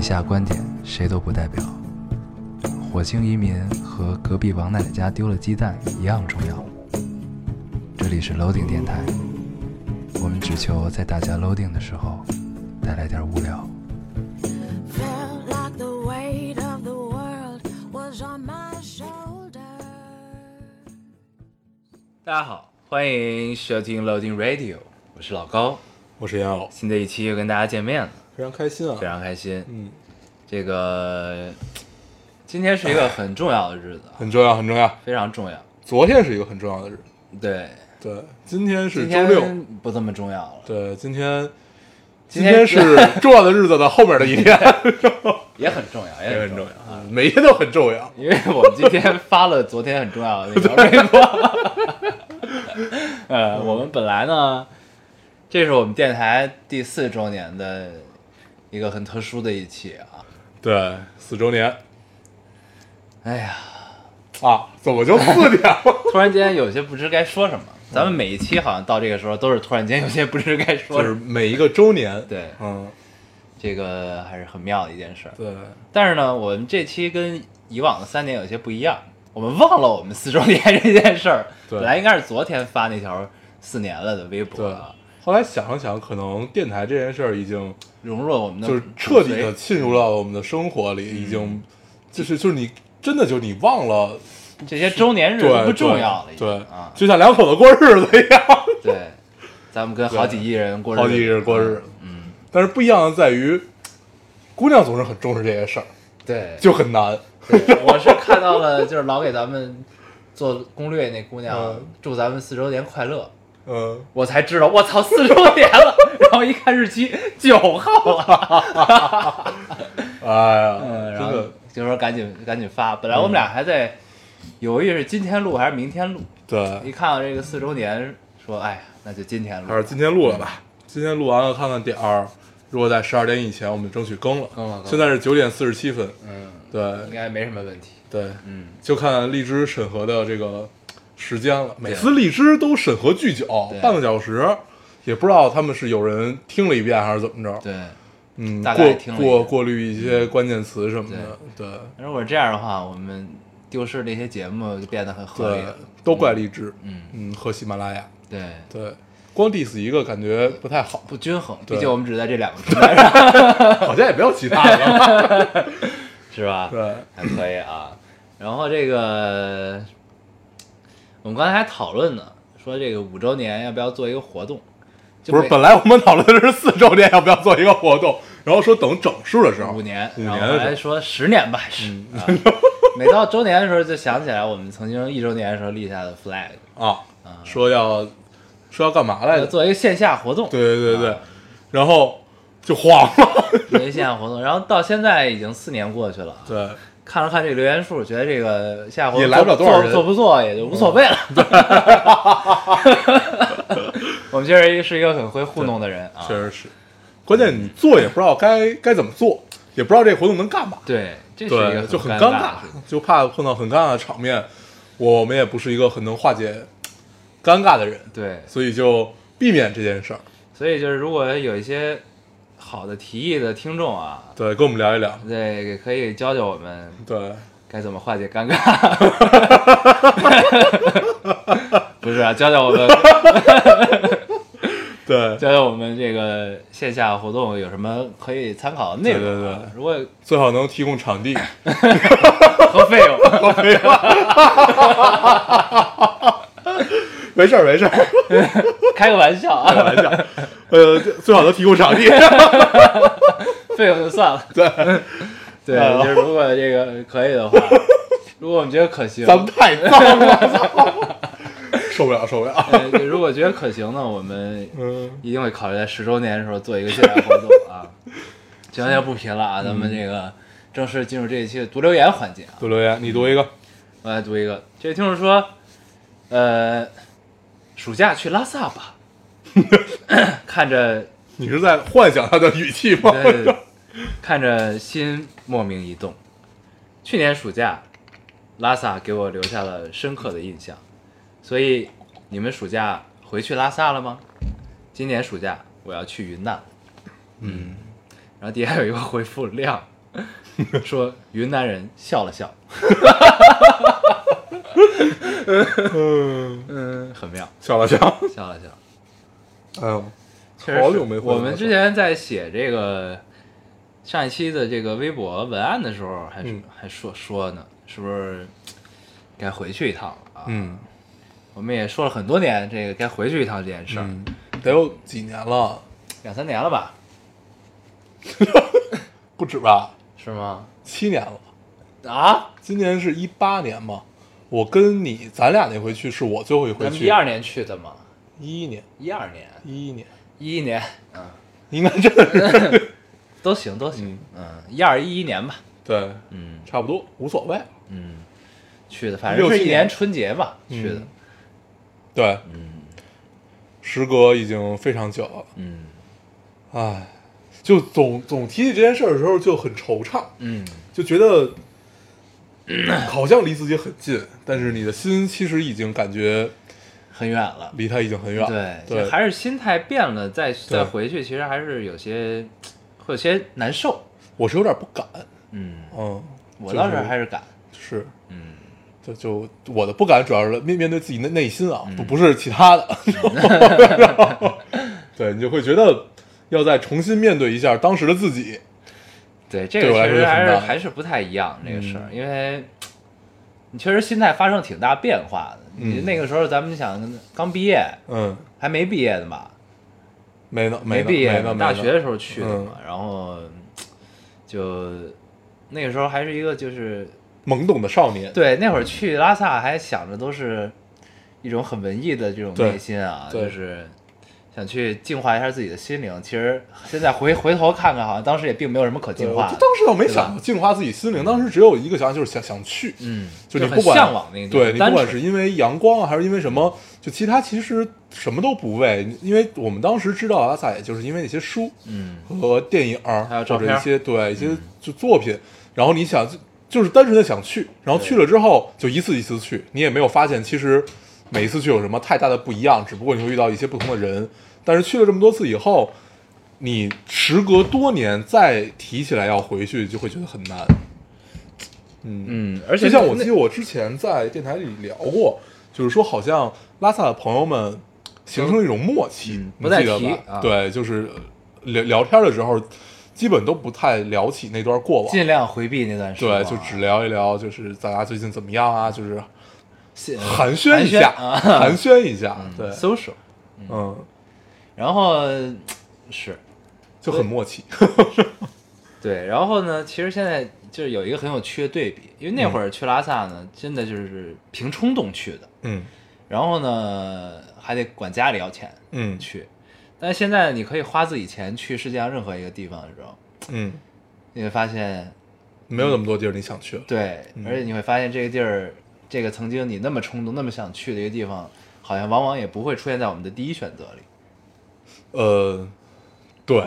下观点谁都不代表。火星移民和隔壁王奶奶家丢了鸡蛋一样重要。这里是 Loading 电台，我们只求在大家 Loading 的时候带来点无聊。 Felt like the weight of the world was on my shoulders. 大家好，欢迎收听 Loading Radio，我是老高。我是严敖，新的一期又跟大家见面了，非常开心啊非！常开心。嗯，这个今天是一个很重要的日子啊，很重要，很重要。非常重要。昨天是一个很重要的日，子，对，对，今天是今周天六，不这么重要了，对，今天今今天是重要的日子的后面的一 天，也很重要，也也很重重要。啊，每天都很重要。因为我们今天发了昨天很重要的那条微博，呃，我们本来呢，这是我们电台第四周年的一个很特殊的一期啊。对，四周年哎呀，啊，怎么就四点了？突然间有些不知该说什么。咱们每一期好像到这个时候都是突然间有些不知该说 就什是么，每一个周年，对嗯，这个还是很妙的一件事儿。对，但是呢，我们这期跟以往的三年有些不一样，我们忘了我们四周年这件事儿。对本来应该是昨天发那条四年了的微博啊，后来想了想，可能电台这件事儿已经融入了我们的就是彻底骨的髓浸入到我们的生活里，已经就是就是你真的就是你忘了这些周年日对都不重要了已经，对啊， 就像两口子过日子一样，对，咱们跟好几亿人 过日子，好几日过日子，子。嗯，但是不一样的在于，姑娘总是很重视这些事儿，对， 就很难。对我是看到了，就是老给咱们做攻略那姑娘嗯祝咱们四周年快乐，嗯，我才知道，我操，四周年了，然后一看日期，九号了，哎呀，嗯，真然后的，嗯就说赶紧赶紧发，本来我们俩还在犹豫是今天录还是明天录，一对，看到这个四周年，说哎呀，那就今天录，还是今天录了吧。今天录完了，看看点儿。如果在十二点以前，我们争取更了。更了更了现在是九点四十七分。嗯，应对该没什么问题，对，嗯。就看荔枝审核的这个时间了。每次荔枝都审核巨久对，半个小时，也不知道他们是有人听了一遍还是怎么着。对，嗯，大概听过了一嗯过遍过滤一些关键词什么的，对如果是这样的话，我们丢失的一些节目就变得很合理对了。，都怪荔枝，嗯，嗯和喜马拉雅，对，对，光 diss 一个感觉不太好， 不均衡，对毕竟我们只在这两个平台上，好像也没有其他的了， 是吧？对，还可以啊。然后这个，我们刚才还讨论呢，说这个五周年要不要做一个活动？就不是每本来我们讨论的是四周年要不要做一个活动，然后说等整数的时候，五年，啊五然年后后的来时嗯说十年吧，还是、啊。每到周年的时候，就想起来我们曾经一周年的时候立下的 flag，候啊，说要说要干嘛来要着？做一个线下活动。对对对对啊，然后就黄了， 做一个线下活动，然后到现在已经四年过去了啊。对看了看这个留言数，觉得这个下回也来不了多少人做不做也就无所谓了。 我们确实是一个很会糊弄的人啊，嗯确实是，关键你做也不知道该该怎么做，也不知道这个活动能干嘛。对，这是一个对，就很很尴尴的事情，就怕碰到很尴尬的场面。我们也不是一个很能化解尴尬的人，对，所以就避免这件事儿。所以就是如果有一些好的提议的听众啊，对，跟我们聊一聊。对，可以教教我们对，该怎么化解 尴尬。不是啊，教教我 们，对，教教我们这个线下活动有什么可以参考的内容啊、对对对如果最好能提供场地。和费用。没事儿，没事儿，开个玩笑开啊，玩笑。呃，最好能提供 场地。费用就算了。对， 对，嗯就是如果这个可以的话，如果我们觉得可行，咱们太脏了，操受不了，受不了。呃就如果觉得可行呢，我们嗯，一定会考虑在十周年的时候做一个线下活动啊。行，要不贫了啊，咱嗯们这个正式进入这一期的读留言环节啊。读留言，你读一个。我来读一个，这位听众说，呃，暑假去拉萨吧， 看着你是在幻想他的语气吗？对，看着心莫名一动。去年暑假，拉萨给我留下了深刻的印象，所以你们暑假回去拉萨了吗？今年暑假我要去云南。嗯，然后底下有一个回复亮， 说云南人笑了笑， 嗯，很妙，笑了笑，笑了笑。哎呦，嗯确实是好久没回来我了们之前在写这个上一期的这个微博文案的时候，还是、嗯还说说呢，是不是该回去一趟了啊？嗯，我们也说了很多年，这个该回去一趟这件事儿，嗯，得有几年了，两三年了吧？不止吧，是吗？七年了。啊，今年是一八年嘛，我跟你咱俩那回去是我最后一咱回们去，一二年去的嘛，一一年，一二年，一一年，一一年，嗯，应该这 都行都行，嗯，一二一一年吧，对，嗯差不多无所谓。嗯，去的，反正是六一七年年春节嘛去的，对，嗯，时隔已经非常久了，嗯唉，就总总提起这件事儿的时候就很惆怅，嗯就觉得 好像离自己很近，但是你的心其实已经感觉很远了。离他已经很远了。对，对，就还是心态变了，再再对回去，其实还是有些会有些难受。我是有点不敢，嗯，嗯，我倒是就还是敢。是嗯，就就我的不敢主要是面面对自己的内心啊，不嗯不是其他的，然后对你就会觉得要再重新面对一下当时的自己，对，这个我来确说实就很还是大嗯还是不太一样这个事儿，因为你确实心态发生挺大变化的。你嗯那个时候咱们想刚毕业，嗯，还没毕业呢吧？没呢，呢，毕业没呢，，没大呢嗯学的时候去的嘛，然后就那个时候还是一个就是懵懂的少年，对，那会儿去拉萨还想着都是一种很文艺的这种对内心啊，对就是想去净化一下自己的心灵。其实现在回回头看看，好像当时也并没有什么可对净我化就的。当时倒没对吧想过净化自己心灵，当时只有一个想法，就是想想去，嗯，就你很不管向往那个地方，对你嗯单不管纯是因为阳光啊，还是因为什么，就其他其实什么都不为，因为我们当时知道拉萨，也就是因为那些书嗯和电影儿，还有照或片嗯者一些对一些就作品，然后你想就就是单纯的想去，然后去了之后就一次一次去，你也没有发现其实每一次去有什么太大的不一样，只不过你会遇到一些不同的人，但是去了这么多次以后。你时隔多年再提起来要回去，就会觉得很难。嗯嗯，而且就像我那记得我之前在电台里聊过，就是说好像拉萨的朋友们形成了一种默契，嗯你不再记得提吧啊对，就是聊聊天的时候，基本都不太聊起那段过往。尽量回避那段时光啊，对，就只聊一聊，就是大家最近怎么样啊，就是是寒暄一下，嗯啊寒暄一下，对， social，嗯，然后是就很默契，对，然后呢，其实现在就是有一个很有趣的对比，因为嗯那会儿去拉萨呢，真的就是凭冲动去的。嗯然后呢还得管家里要钱嗯去。但是现在你可以花自己钱去世界上任何一个地方的时候，嗯，你会发现，没有那么多地儿你想去了，对，而且你会发现这个地儿，这个曾经你那么冲动、那么想去的一个地方，好像往往也不会出现在我们的第一选择里。呃，对，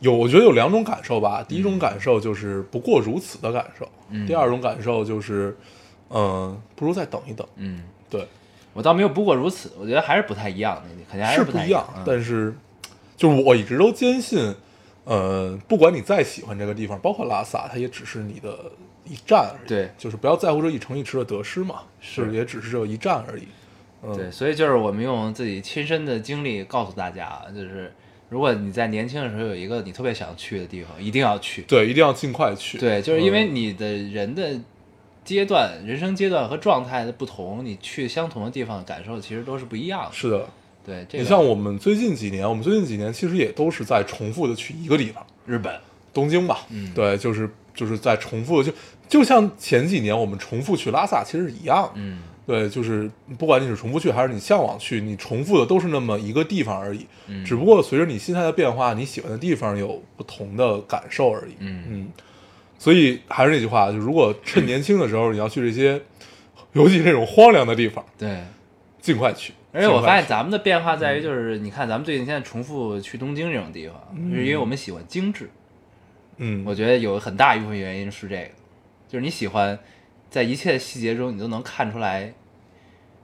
有我觉得有两种感受吧。第一嗯种感受就是不过如此的感受，第二种感受就是，嗯、不如再等一等。嗯，对，我倒没有不过如此，我觉得还是不太一样的，肯定还是不太一样嗯样。，但是就是我一直都坚信，呃，不管你再喜欢这个地方，包括拉萨，它也只是你的一站而已。对就是不要在乎这一城一池的得失嘛，是就也只是这一站而已。嗯对，所以就是我们用自己亲身的经历告诉大家啊，就是如果你在年轻的时候有一个你特别想去的地方，一定要去。对，一定要尽快去。对，就是因嗯为你的人的阶段、人生阶段和状态的不同，你去相同的地方感受其实都是不一样的。是的。对，这个你像我们最近几年，我们最近几年其实也都是在重复的去一个地方，日本，东京吧，嗯对，就是就是在重复，就就像前几年我们重复去拉萨其实是一样的，嗯，对，就是不管你是重复去还是你向往去，你重复的都是那么一个地方而已，嗯只不过随着你心态的变化，你喜欢的地方有不同的感受而已，嗯所以还是那句话，就如果趁年轻的时候你要去这些，尤其这种荒凉的地方，对。尽快去。而且我发现尽快去咱们的变化在于，嗯就是你看咱们最近现在重复去东京这种地方，就是因为我们喜欢精致。嗯，我觉得有很大一部分原因是这个，就是你喜欢在一切细节中你都能看出来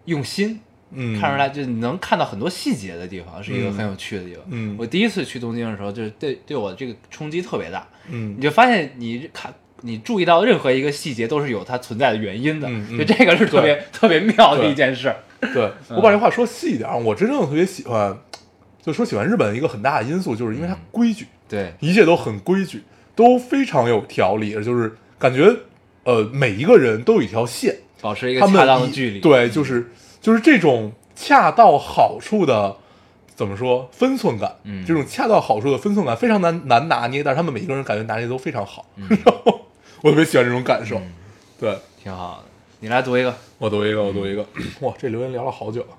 用心，嗯看出来就你能看到很多细节的地方，是一个很有趣的地方。嗯我第一次去东京的时候，就是对对我这个冲击特别大。你嗯，就发现你看你注意到任何一个细节都是有它存在的原因的，嗯嗯就这个是特别特别妙的一件事儿。对我把这话说细一点，啊，我真正特别喜欢，就说喜欢日本一个很大的因素，就是因为它嗯规矩，对，一切都很规矩，都非常有条理，而就是感觉呃每一个人都有一条线，保持一他个们恰当的一距离。嗯对，就是就是这种恰到好处的，怎么说分寸感？嗯这种恰到好处的分寸感非常难难拿捏，但是他们每一个人感觉拿捏都非常好，嗯然后我特别喜欢这种感受。对挺好的。你来读一个，我读一个，我读一个，嗯 哇，这留言聊了好久啊。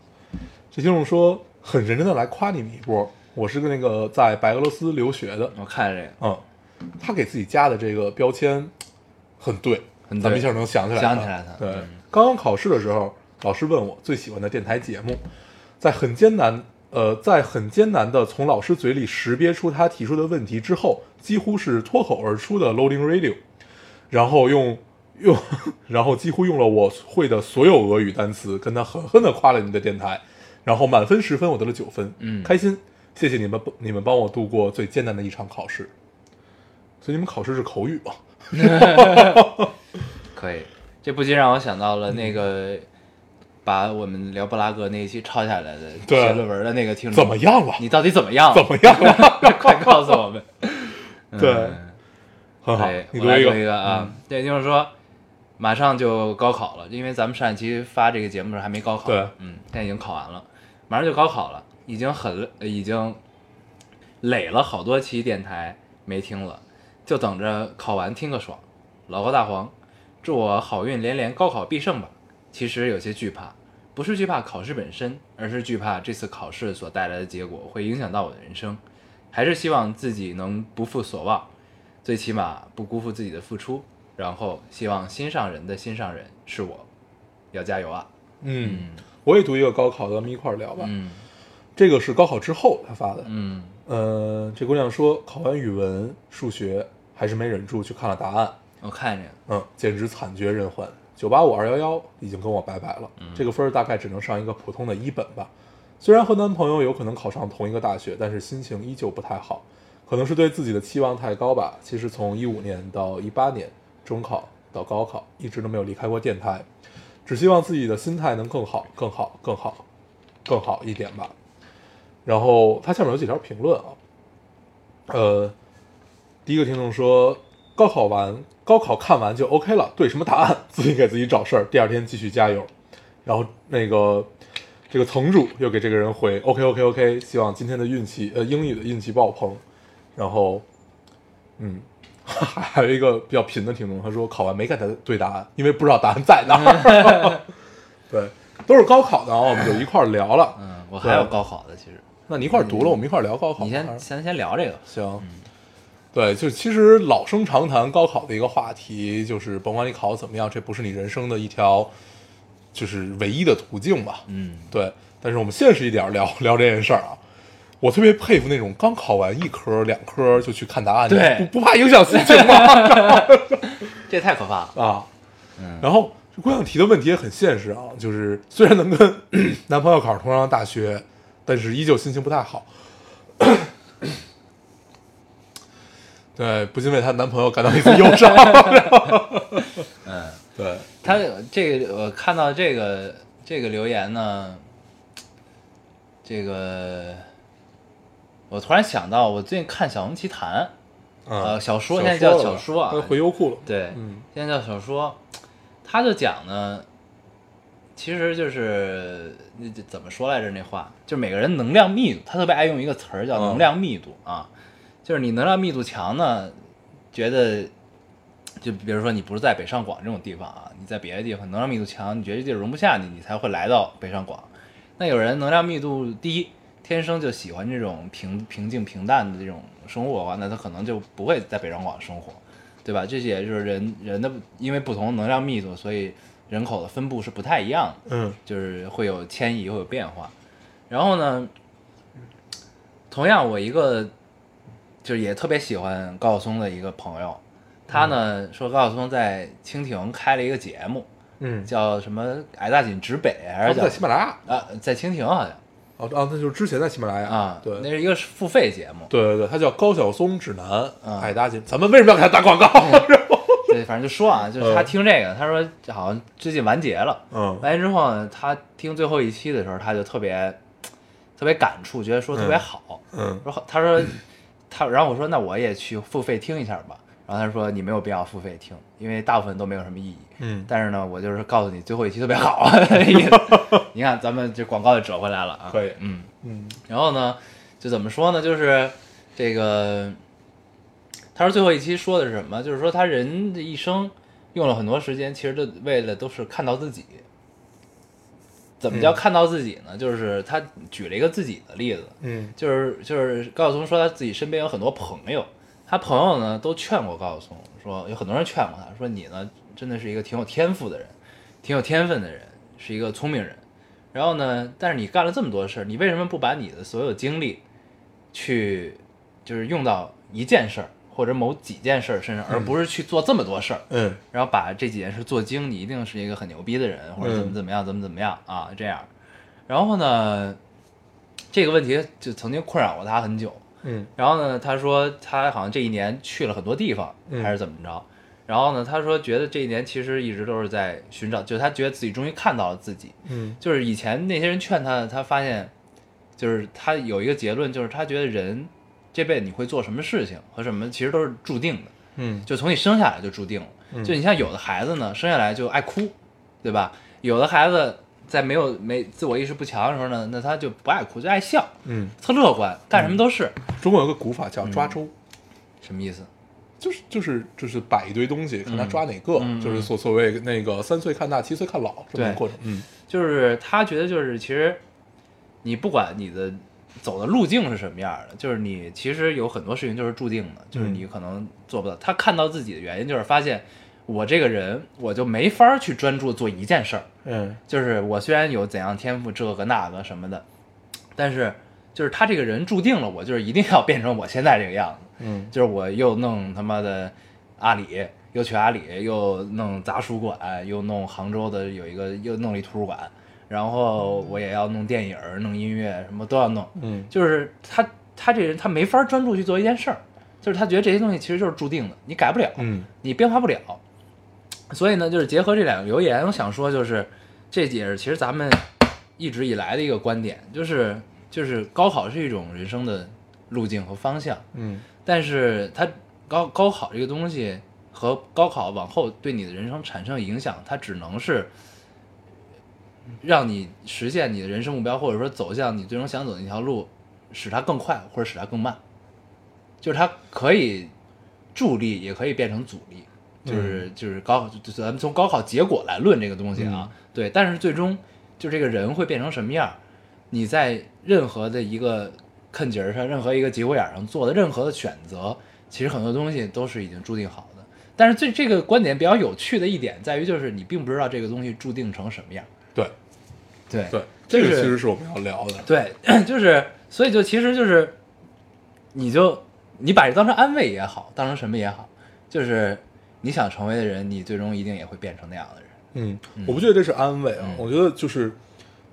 这听众说很认真的来夸你们一波，我是个那个在白俄罗斯留学的，我看这嗯，他给自己加的这个标签很对，很对咱们一下能想起来，想起来它对嗯，刚刚考试的时候，老师问我最喜欢的电台节目，在很艰难，呃，在很艰难的从老师嘴里识别出他提出的问题之后，几乎是脱口而出的 Loading Radio，然后用。用， 然后几乎用了我会的所有俄语单词，跟他狠狠的夸了你的电台，然后满分十分，我得了九分，嗯开心，谢谢你们，你们帮我度过最艰难的一场考试。所以你们考试是口语吗？个可以，这不禁让我想到了那个。把我们聊布拉格那一期抄下来的对写论文的那个听众怎么？样了？嗯你到底怎么样？怎么样 了？快告诉我们！ 对嗯很好对，，你我来一读个嗯一个啊，对，就是说马上就高考了，因为咱们上一期发这个节目的时候还没高考，对嗯，现在已经考完了，马上就高考了，已经很呃已经累了好多期电台没听了，就等着考完听个爽。老高大黄，祝我好运连连，高考必胜吧！其实有些惧怕，不是惧怕考试本身，而是惧怕这次考试所带来的结果会影响到我的人生，还是希望自己能不负所望，最起码不辜负自己的付出。然后希望心上人的心上人是我，要加油啊！嗯，我也读一个高考的，咱们一块儿聊吧。嗯这个是高考之后他发的。嗯呃，这姑娘说考完语文、数学还是没忍住去看了答案，我看见了，嗯，简直惨绝人寰。九八五二幺幺已经跟我拜拜了，这个分儿大概只能上一个普通的一本吧。虽然和男朋友有可能考上同一个大学，但是心情依旧不太好，可能是对自己的期望太高吧。其实从一五年到一八年，中考到高考，一直都没有离开过电台，只希望自己的心态能更好、更好、更好、更好一点吧。然后他下面有几条评论啊，呃，第一个听众说，高考完，高考看完就 OK 了，对什么答案自己给自己找事儿，第二天继续加油。然后那个这个层主又给这个人回 OK OK OK，希望今天的运气呃英语的运气爆棚。然后，嗯， 还有一个比较贫的听众，他说考完没给他对答案，因为不知道答案在哪儿。 对，都是高考的啊，我们就一块儿聊了。嗯，我还有高考的，其实那你一块儿读了，我们一块儿聊高考。嗯你还先嗯是先先聊这个，行，对，就其实老生常谈高考的一个话题，就是甭管你考得怎么样，这不是你人生的一条就是唯一的途径吧？嗯，对，但是我们现实一点儿聊 聊这件事儿啊。我特别佩服那种刚考完一科两科就去看答案，对不不怕影响心情吗？ 这太可怕了，啊，然后这姑娘提的问题也很现实啊，就是虽然能跟 男朋友考上同样的大学，但是依旧心情不太好。 对，不禁为她男朋友感到一丝忧 伤。嗯。对，他这个我看到这个这个留言呢，这个我突然想到，我最近看《小红奇谭》，啊，呃小说了现在叫吧小说啊她回优酷了。对，嗯现在叫小说，他就讲呢，其实就是那这怎么说来着那话，就每个人能量密度，他特别爱用一个词儿叫嗯能量密度、啊，就是你能量密度强呢，觉得就比如说你不是在北上广这种地方啊，你在别的地方能量密度强，你觉得这地儿容不下你，你才会来到北上广。那有人能量密度低，天生就喜欢这种平平静平淡的这种生活的话，那他可能就不会在北上广生活，对吧？这也就是人人的因为不同能量密度，所以人口的分布是不太一样的。嗯就是会有迁移，会有变化。然后呢，同样我一个就是也特别喜欢高晓松的一个朋友，他呢、说高晓松在蜻蜓开了一个节目，嗯，叫什么矮大紧直北还是他们叫在喜马拉雅，啊在蜻蜓好像哦啊，那就是之前在喜马拉雅啊，对那。是一个付费节目，对对对，他叫高晓松指南，啊矮大紧。咱们为什么要给他打广告？对，反正就说啊，就是他嗯听这个，他说这好像最近完结了， 嗯完结之后呢，他听最后一期的时候，他就特别特别感触，觉得说特别好，嗯说好，他说他，然后我说那我也去付费听一下吧，然后他说你没有必要付费听，因为大部分都没有什么意义，嗯，但是呢，我就是告诉你最后一期特别 好， 你看咱们这广告就折回来了啊，可以嗯，嗯然后呢，就怎么说呢？就是这个，他说最后一期说的是什么？就是说他人的一生用了很多时间，其实都为了都是看到自己。怎么叫嗯看到自己呢？就是他举了一个自己的例子，嗯就是就是高晓松说他自己身边有很多朋友，他朋友呢都劝过高晓松，说有很多人劝过他，说你呢真的是一个挺有天赋的人，挺有天分的人，是一个聪明人。然后呢，但是你干了这么多事儿，你为什么不把你的所有精力去就是用到一件事儿或者某几件事儿身上，而不是去做这么多事儿？嗯然后把这几件事做精，你一定是一个很牛逼的人，或者怎么怎么样，怎么怎么样啊，这样。然后呢，这个问题就曾经困扰过他很久。嗯然后呢，他说他好像这一年去了很多地方，嗯还是怎么着。然后呢，他说觉得这一年其实一直都是在寻找，就是他觉得自己终于看到了自己。嗯就是以前那些人劝他，他发现，就是他有一个结论，就是他觉得人这辈子你会做什么事情和什么，其实都是注定的。嗯就从你生下来就注定了。就你像有的孩子呢，生下来就爱哭，对吧？有的孩子在没有没自我意识不强的时候呢，那他就不爱哭，就爱笑，嗯，特乐观，干什么都是。中国有个古法叫抓周，什么意思？就是就是就是摆一堆东西，看他抓哪个，嗯嗯就是所所谓那个三岁看大，七岁看老这么一个过程。嗯就是他觉得就是其实你不管你的走的路径是什么样的，就是你其实有很多事情就是注定的，就是你可能做不到。他看到自己的原因就是发现我这个人我就没法儿去专注做一件事儿。嗯就是我虽然有怎样天赋这个那个什么的，但是就是他这个人注定了我就是一定要变成我现在这个样子，嗯就是我又弄他妈的阿里，又去阿里，又弄杂书馆，又弄杭州的有一个又弄了一图书馆，然后我也要弄电影儿、弄音乐，什么都要弄，嗯就是他他这人他没法专注去做一件事儿，就是他觉得这些东西其实就是注定的，你改不了，嗯你变化不了。所以呢，就是结合这两个留言，我想说就是，这也是其实咱们一直以来的一个观点，就是就是高考是一种人生的路径和方向，嗯但是它高高考这个东西和高考往后对你的人生产生影响，它只能是让你实现你的人生目标，或者说走向你最终想走的那条路，使它更快或者使它更慢，就是它可以助力，也可以变成阻力。就是就是高，就是咱们从高考结果来论这个东西啊，对，但是最终就这个人会变成什么样儿，你在任何的一个坑节儿上，任何一个节骨眼儿上做的任何的选择，其实很多东西都是已经注定好的。但是最这个观点比较有趣的一点在于，就是你并不知道这个东西注定成什么样。对对对，就这是个其实是我们要聊的。对， 就是所以就其实就是，你就你把这当成安慰也好，当成什么也好，就是你想成为的人，你最终一定也会变成那样的人。嗯，我不觉得这是安慰啊，我觉得就是，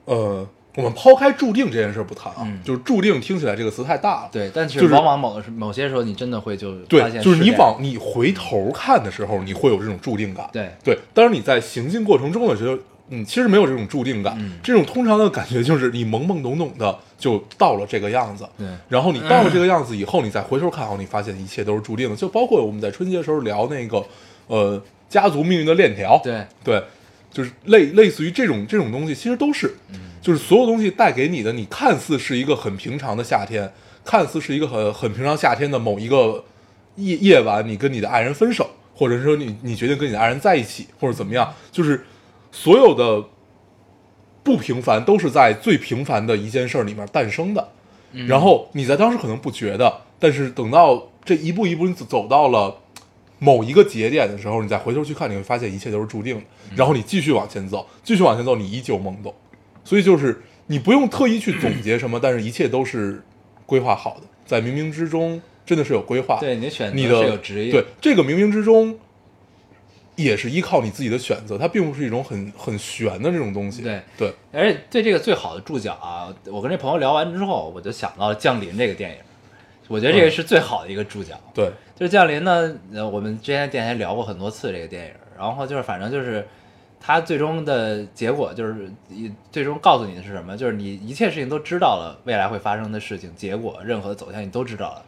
呃，我们抛开注定这件事儿不谈啊，嗯就是注定听起来这个词太大了。对，但是就是往往某的某些时候，你真的会就发对，现就是这你样往你回头看的时候，你会有这种注定感。对对，当然你在行进过程中的时候，你其实没有这种注定感。嗯这种通常的感觉就是你懵懵懂懂的就到了这个样子。对然后你到了这个样子以后，你再回头看哦，你发现一切都是注定的。就包括我们在春节的时候聊那个，呃，家族命运的链条。对对，就是类类似于这种这种东西，其实都是，嗯就是所有东西带给你的，你看似是一个很平常的夏天，看似是一个很很平常夏天的某一个夜夜晚，你跟你的爱人分手，或者是说你你决定跟你的爱人在一起，或者怎么样，就是所有的不平凡都是在最平凡的一件事儿里面诞生的。然后你在当时可能不觉得，但是等到这一步一步你走走到了某一个节点的时候，你再回头去看，你会发现一切都是注定的。然后你继续往前走，继续往前走，你依旧懵懂。所以就是你不用特意去总结什么，但是一切都是规划好的，在冥冥之中真的是有规划。对，你的选择你是的有职业，对这个冥冥之中，也是依靠你自己的选择，它并不是一种很很玄的这种东西。对对，而且对这个最好的注脚啊，我跟这朋友聊完之后，我就想到了《降临》这个电影，我觉得这嗯个是最好的一个注脚。对，就是《降临》呢，呃，我们之前电台聊过很多次这个电影，然后就是反正就是它最终的结果就是一最终告诉你的是什么，就是你一切事情都知道了，未来会发生的事情，结果任何走向你都知道了，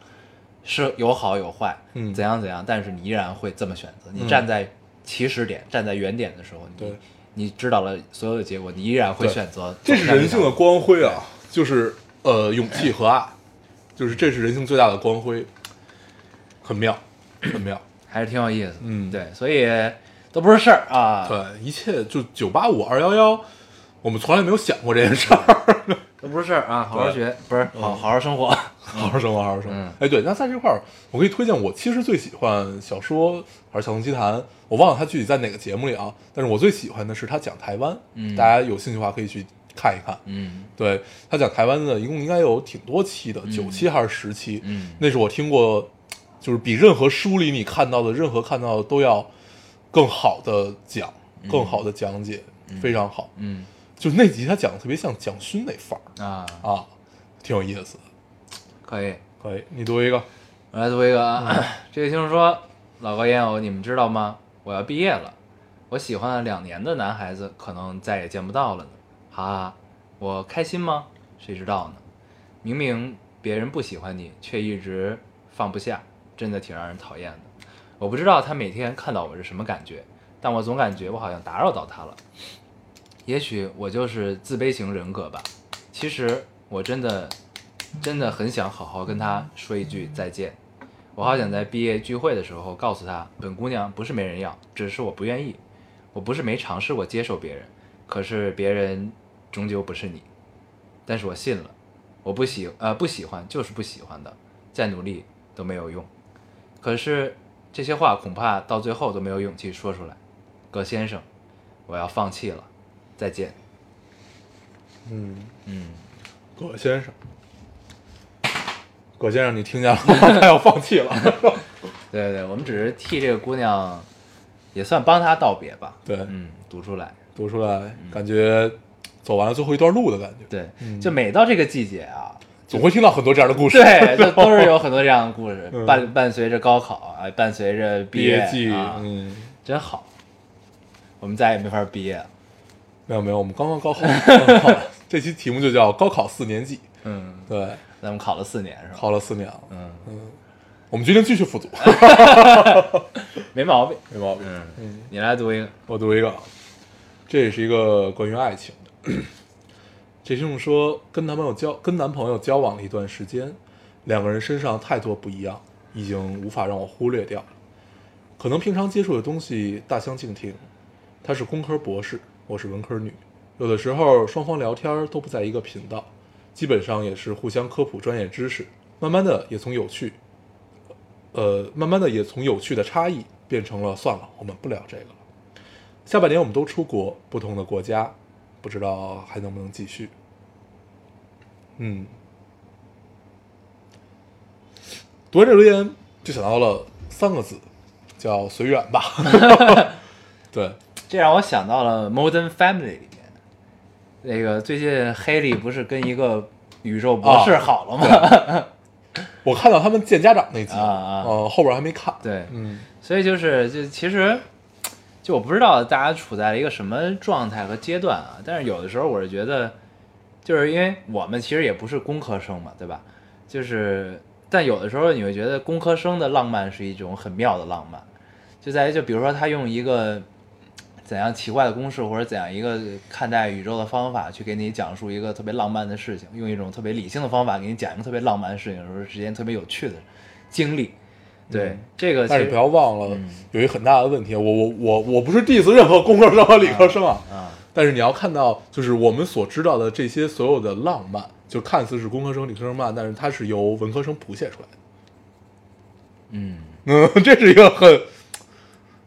是有好有坏，嗯怎样怎样，但是你依然会这么选择。你嗯站在起始点，站在原点的时候，你对你知道了所有的结果，你依然会对选择走这向那是条路。人性的光辉啊，就是呃勇气和爱，就是这是人性最大的光辉，很妙，很妙。还是挺有意思的。嗯对，所以都不是事儿啊，对，一切就九八五二幺幺，我们从来没有想过这件事儿。都不是事儿啊，好好对嗯学，不是好好好生活。 好好生活，好好生活。嗯哎，对，那在这块儿，我可以推荐我其实最喜欢小说还是《小童奇谈》，我忘了它具体在哪个节目里啊，但是我最喜欢的是他讲台湾，嗯大家有兴趣的话可以去看一看。嗯对他讲台湾的，一共应该有挺多期的，九、期还是十期？嗯那是我听过，就是比任何书里你看到的任何看到的都要更好的讲，更好的讲解，非常好。嗯就那集他讲的特别像蒋勋那范儿啊，啊，挺有意思的。可以。可以，你读一个。我来读一个啊， 这位听众说：“老高烟友，你们知道吗？我要毕业了，我喜欢了两年的男孩子可能再也见不到了呢。哈哈，我开心吗？谁知道呢？明明别人不喜欢你，却一直放不下，真的挺让人讨厌的。我不知道他每天看到我是什么感觉，但我总感觉我好像打扰到他了。也许我就是自卑型人格吧。其实我真的真的很想好好跟他说一句再见。我好想在毕业聚会的时候告诉他，本姑娘不是没人要，只是我不愿意。我不是没尝试过接受别人，可是别人终究不是你。但是我信了，我不喜呃不喜欢就是不喜欢的，再努力都没有用。可是这些话恐怕到最后都没有勇气说出来。葛先生，我要放弃了，再见。嗯，嗯，葛先生，葛先生，你听见了 吗？ 他要放弃了。对对对，我们只是替这个姑娘，也算帮她道别吧。对，嗯，读出来。读出来，感觉走完了最后一段路的感觉，对，就每到这个季节啊， 总会听到很多这样的故事。对，就都 是有很多这样的故事，嗯伴伴随着高考啊，伴随着毕业业季，啊，嗯，真好。我们再也没法毕业了。没有没有，我们刚刚高考，刚考 这期题目就叫高考四年级。嗯，对，咱们考了四年是吧？考了四年了，嗯，我们决定继续 复读，没毛病。没毛病。嗯，你来读一个。我读一个，啊这也是一个关于爱情的。这听众说，跟男朋友交跟男朋友交往了一段时间，两个人身上太多不一样，已经无法让我忽略掉了。可能平常接触的东西大相径庭，他是工科博士，我是文科女，有的时候双方聊天都不在一个频道，基本上也是互相科普专业知识，慢慢的也从有趣，呃，慢慢的也从有趣的差异变成了算了，我们不聊这个了。下半年我们都出国，不同的国家，不知道还能不能继续。嗯，读完这留言就想到了三个字，叫随缘吧。 对，这让我想到了《Modern Family》里面，那个最近黑利不是跟一个宇宙博士啊好了吗？我看到他们见家长那集，啊啊呃，后边还没看。对，嗯，所以就是就其实，就我不知道大家处在一个什么状态和阶段啊，但是有的时候我是觉得，就是因为我们其实也不是工科生嘛，对吧？就是，但有的时候你会觉得工科生的浪漫是一种很妙的浪漫，就在于就比如说他用一个怎样奇怪的公式或者怎样一个看待宇宙的方法去给你讲述一个特别浪漫的事情，用一种特别理性的方法给你讲一个特别浪漫的事情，说是一件特别有趣的经历。对，这个其但是实嗯不要忘了，有一个很大的问题，我我我我不是 diss 任何工科生和理科生啊，啊。但是你要看到，就是我们所知道的这些所有的浪漫，就看似是工科生、理科生漫，但是它是由文科生谱写出来的。嗯，嗯， 这是一个很、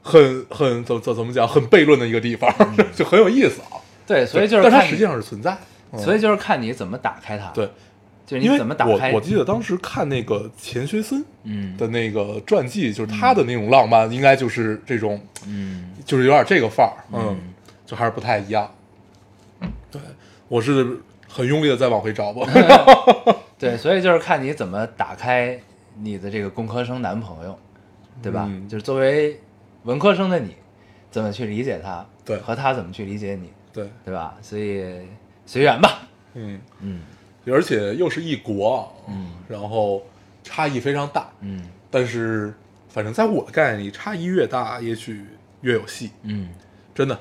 很、很怎怎怎么讲，很悖论的一个地方， 就很有意思啊。嗯对，所以就是但它看你实际上是存在的，嗯所以就是看你怎么打开它。对，就是因你为怎么打开我我记得当时看那个钱学森嗯的那个传记，就是他的那种浪漫，应该就是这种，嗯就是有点这个范儿，嗯，嗯就还是不太一样。对，我是很用力的在往回 找吧， 嗯对，所以就是看你怎么打开你的这个工科生男朋友，对吧？嗯就是作为文科生的你，怎么去理解他，对和他怎么去理解你，对，对吧？所以随缘吧，嗯，嗯而且又是一国，嗯，然后差异非常大，嗯但是反正在我的概念里，差异越大，也许越有戏，嗯，真的，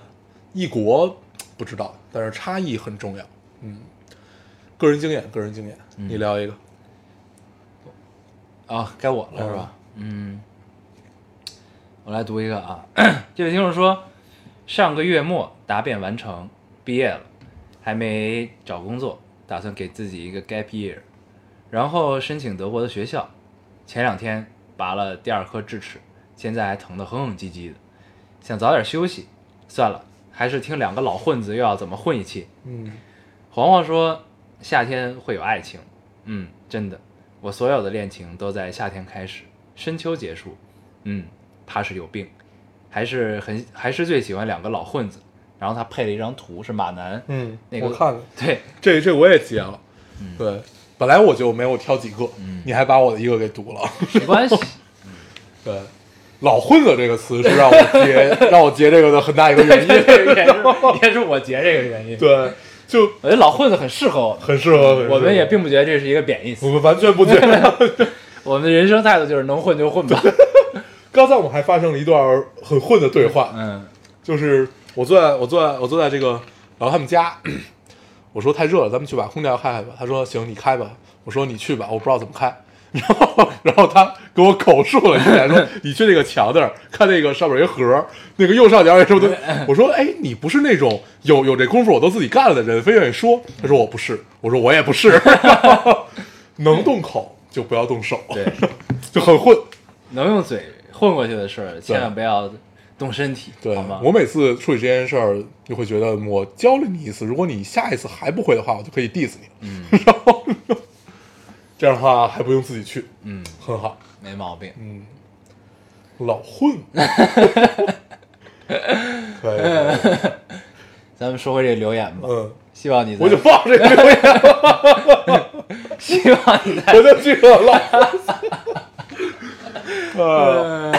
异国不知道，但是差异很重要，嗯，个人经验，个人经验，嗯你聊一个，哦，该我了是吧？嗯，我来读一个啊， 这位听众说，上个月末答辩完成，毕业了，还没找工作，打算给自己一个 gap year，然后申请德国的学校。前两天拔了第二颗智齿，现在还疼得哼哼唧唧的，想早点休息，算了，还是听两个老混子又要怎么混一气。嗯黄黄说：“夏天会有爱情，嗯，真的，我所有的恋情都在夏天开始，深秋结束，嗯，他是有病，还是很还是最喜欢两个老混子。”然后他配了一张图，是马南，嗯那个嗯我看了对，这这我也截了，对，本来我就没有挑几个，嗯你还把我的一个给读了，没关 系，对。老混子这个词是让我 截让我截这个的很大一个原因，也是也是我截这个原因。对，就我觉得老混子很适合我们，很适合。很适合嗯我们也并不觉得这是一个贬义我词，们完全不觉得。 我们的人生态度就是能混就混吧。刚才我们还发生了一段很混的对话，嗯就是我坐在我坐在我坐在这个然后他们家， 我说太热了，咱们去把空调开开吧。他说行，你开吧。我说你去吧，我不知道怎么开。 然后然后他给我口述了一 下，说你去那个墙那儿看那个上面有一盒，那个右上角有什么东 西。我说哎，你不是那种有有这功夫我都自己干了的人，非愿意说。他说我不是，我说我也 不是。 能动口就不要动手，对，就很混。能用嘴混过去的事儿，千万不要动身体，对好吗？我每次处理这件事儿，就会觉得我教了你一次，如果你下一次还不会的话，我就可以 diss 你。嗯， 然后这样的话还不用自己去，嗯，很好。没毛病。嗯，老混，可以可以，咱们说回这留言吧，嗯，希望你在我就放这个留言， 希望你在我就去了老混。呃，呃，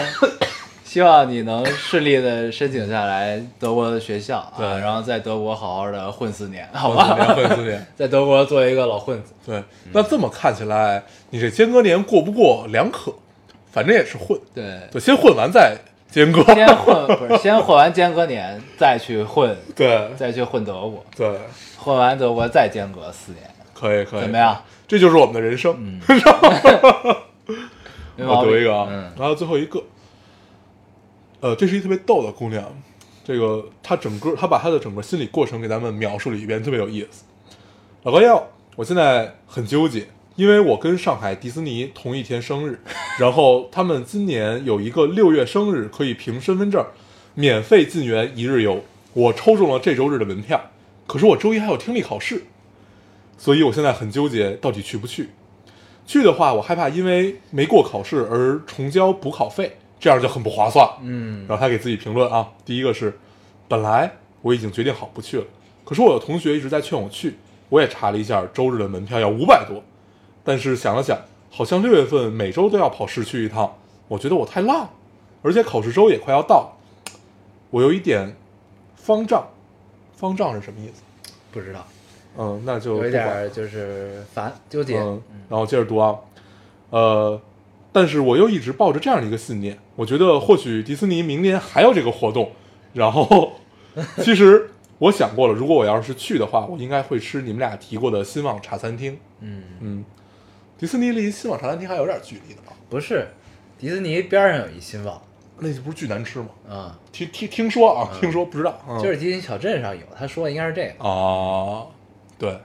希望你能顺利的申请下来德国的学校啊，对然后在德国好好的混四年，好混四吧？年，混四年。 在德国做一个老混子，对，那这么看起来，你这间隔年过不过两可，反正也是混。对，对，先混完再间隔。先混不是先混完间隔年，再去混，对再去混德国，对，混完德国再间隔四年，可以可以。怎么样？嗯这就是我们的人生。没毛我病。读一个啊，嗯然后最后一个，呃，这是一特别逗的姑娘，这个她整个她把她的整个心理过程给咱们描述了一遍，特别有意思。老高要，我现在很纠结，因为我跟上海迪士尼同一天生 日，然后他们今年有一个六月生日可以凭身份证免费进园一日游，我抽中了这周日的门票，可是我周一还有听力考试，所以我现在很纠结，到底去不去。去的话，我害怕因为没过考试而重交补考费，这样就很不划算。嗯然后他给自己评论啊，第一个是，本来我已经决定好不去了，可是我有同学一直在劝我去，我也查了一下周日的门票要五百多，但是想了想，好像六月份每周都要跑市区一趟，我觉得我太浪了，而且考试周也快要到了，我有一点方丈，方丈是什么意思？不知道，嗯，那有就一不点管儿就是烦纠结，嗯，然后接着读啊，呃，但是我又一直抱着这样的一个信念，我觉得或许迪士尼明年还有这个活动，然 后其实我想过了，如果我要是去的话，我应该会吃你们俩提过的新旺茶餐厅，嗯，嗯，迪士尼离新旺茶餐厅还有点距离呢啊，不是，迪士尼边上有一新网那不是巨难吃吗？啊，听听听说啊，听说不知道，嗯、就是迪士尼小镇上有，他说的应该是这个，啊，对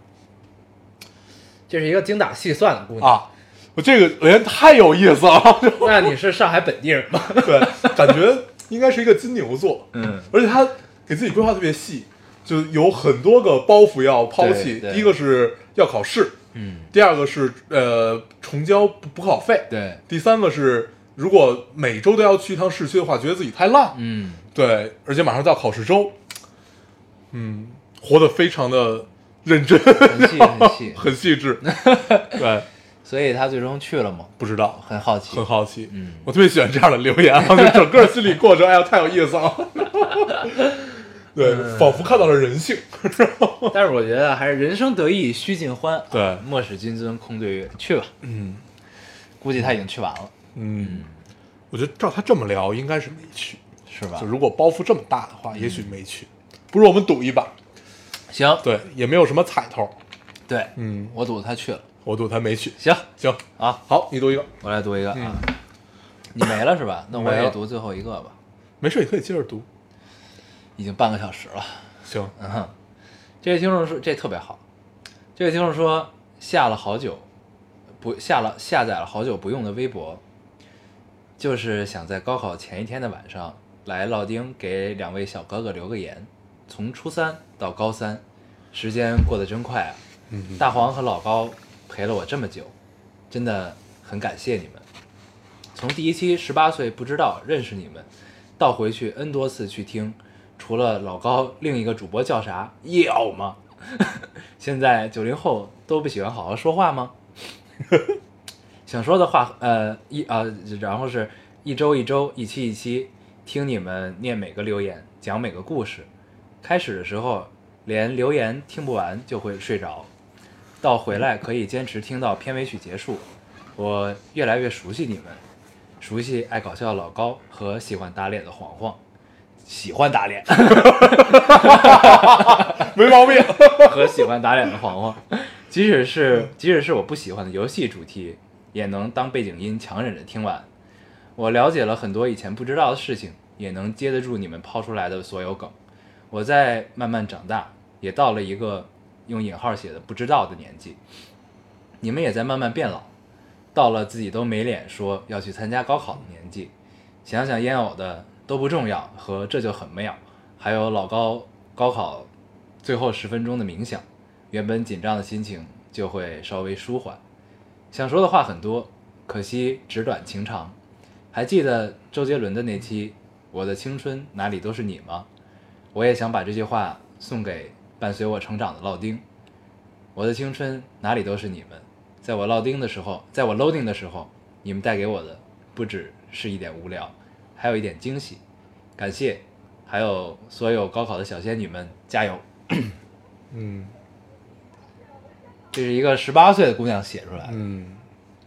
这是一个精打细算的姑娘。啊，我这个人太有意思了， 那你是上海本地人吗？对，感觉应该是一个金牛座， 嗯，而且他给自己规划特别细，就有很多个包袱要抛对弃。对第一个是要考试，嗯，第二个是呃重交不补考费，对，第三个是如果每周都要去一趟市区的话，觉得自己太浪，嗯，对，而且马上到考试周，嗯，活得非常的认真， 很细很 细，很细致，对，所以他最终去了吗？不知道，很好奇很，好奇，嗯我特别喜欢这样的留言啊，就整个心理过程，哎呀，太有意思了， 对，仿佛看到了人性， 但是我觉得还是人生得意须尽欢，对莫使金樽空对月，去吧，嗯估计他已经去完了，嗯，我觉得照他这么聊，应该是没嗯去，是吧就？如果包袱这么大的话，也许没去，不如我们赌一把，行，对，也没有什么彩头，对，嗯，我赌他去了，我赌他没去，行行，啊，好，你读一个，我来读一个啊，你没了是吧？那我没也了读最后一个吧，没事，你可以接着读，已经半个小时了。行，嗯哼，这位听众说这特别好，这位听众说下了好久，不下了下载了好久不用的微博，就是想在高考前一天的晚上来老丁给两位小哥哥留个言。从初三到高三，时间过得真快啊！大黄和老高陪了我这么久，真的很感谢你们。从第一期十八岁不知道认识你们，到回去 n 多次去听，除了老高，另一个主播叫啥？要吗？ 现在九零后都不喜欢好好说话吗？ 想说的话，呃，一啊、然后是一周一周，一期一期，听你们念每个留言，讲每个故事。开始的时候连留言听不完就会睡着，到回来可以坚持听到片尾曲结束。我越来越熟悉你们，熟悉爱搞笑的老高和喜欢打脸的黄黄，喜欢打脸。没 毛病， 和喜欢打脸的黄黄，即使是即使是我不喜欢的游戏主题，也能当背景音强忍着听完。我了解了很多以前不知道的事情，也能接得住你们抛出来的所有梗。我在慢慢长大，也到了一个用引号写的不知道的年纪。你们也在慢慢变老，到了自己都没脸说要去参加高考的年纪。想想烟偶的都不重要和这就很妙，还有老高高考最后十分钟的冥想，原本紧张的心情就会稍微舒缓。想说的话很多，可惜纸短情长。还记得周杰伦的那期《我的青春哪里都是你》吗？我也想把这句话送给伴随我成长的烙丁。我的青春哪里都是你们，在我烙丁的时候，在我 loading 的时候，你们带给我的不只是一点无聊，还有一点惊喜。感谢，还有所有高考的小仙女们，加油！嗯这是一个十八岁的姑娘写出来的。嗯，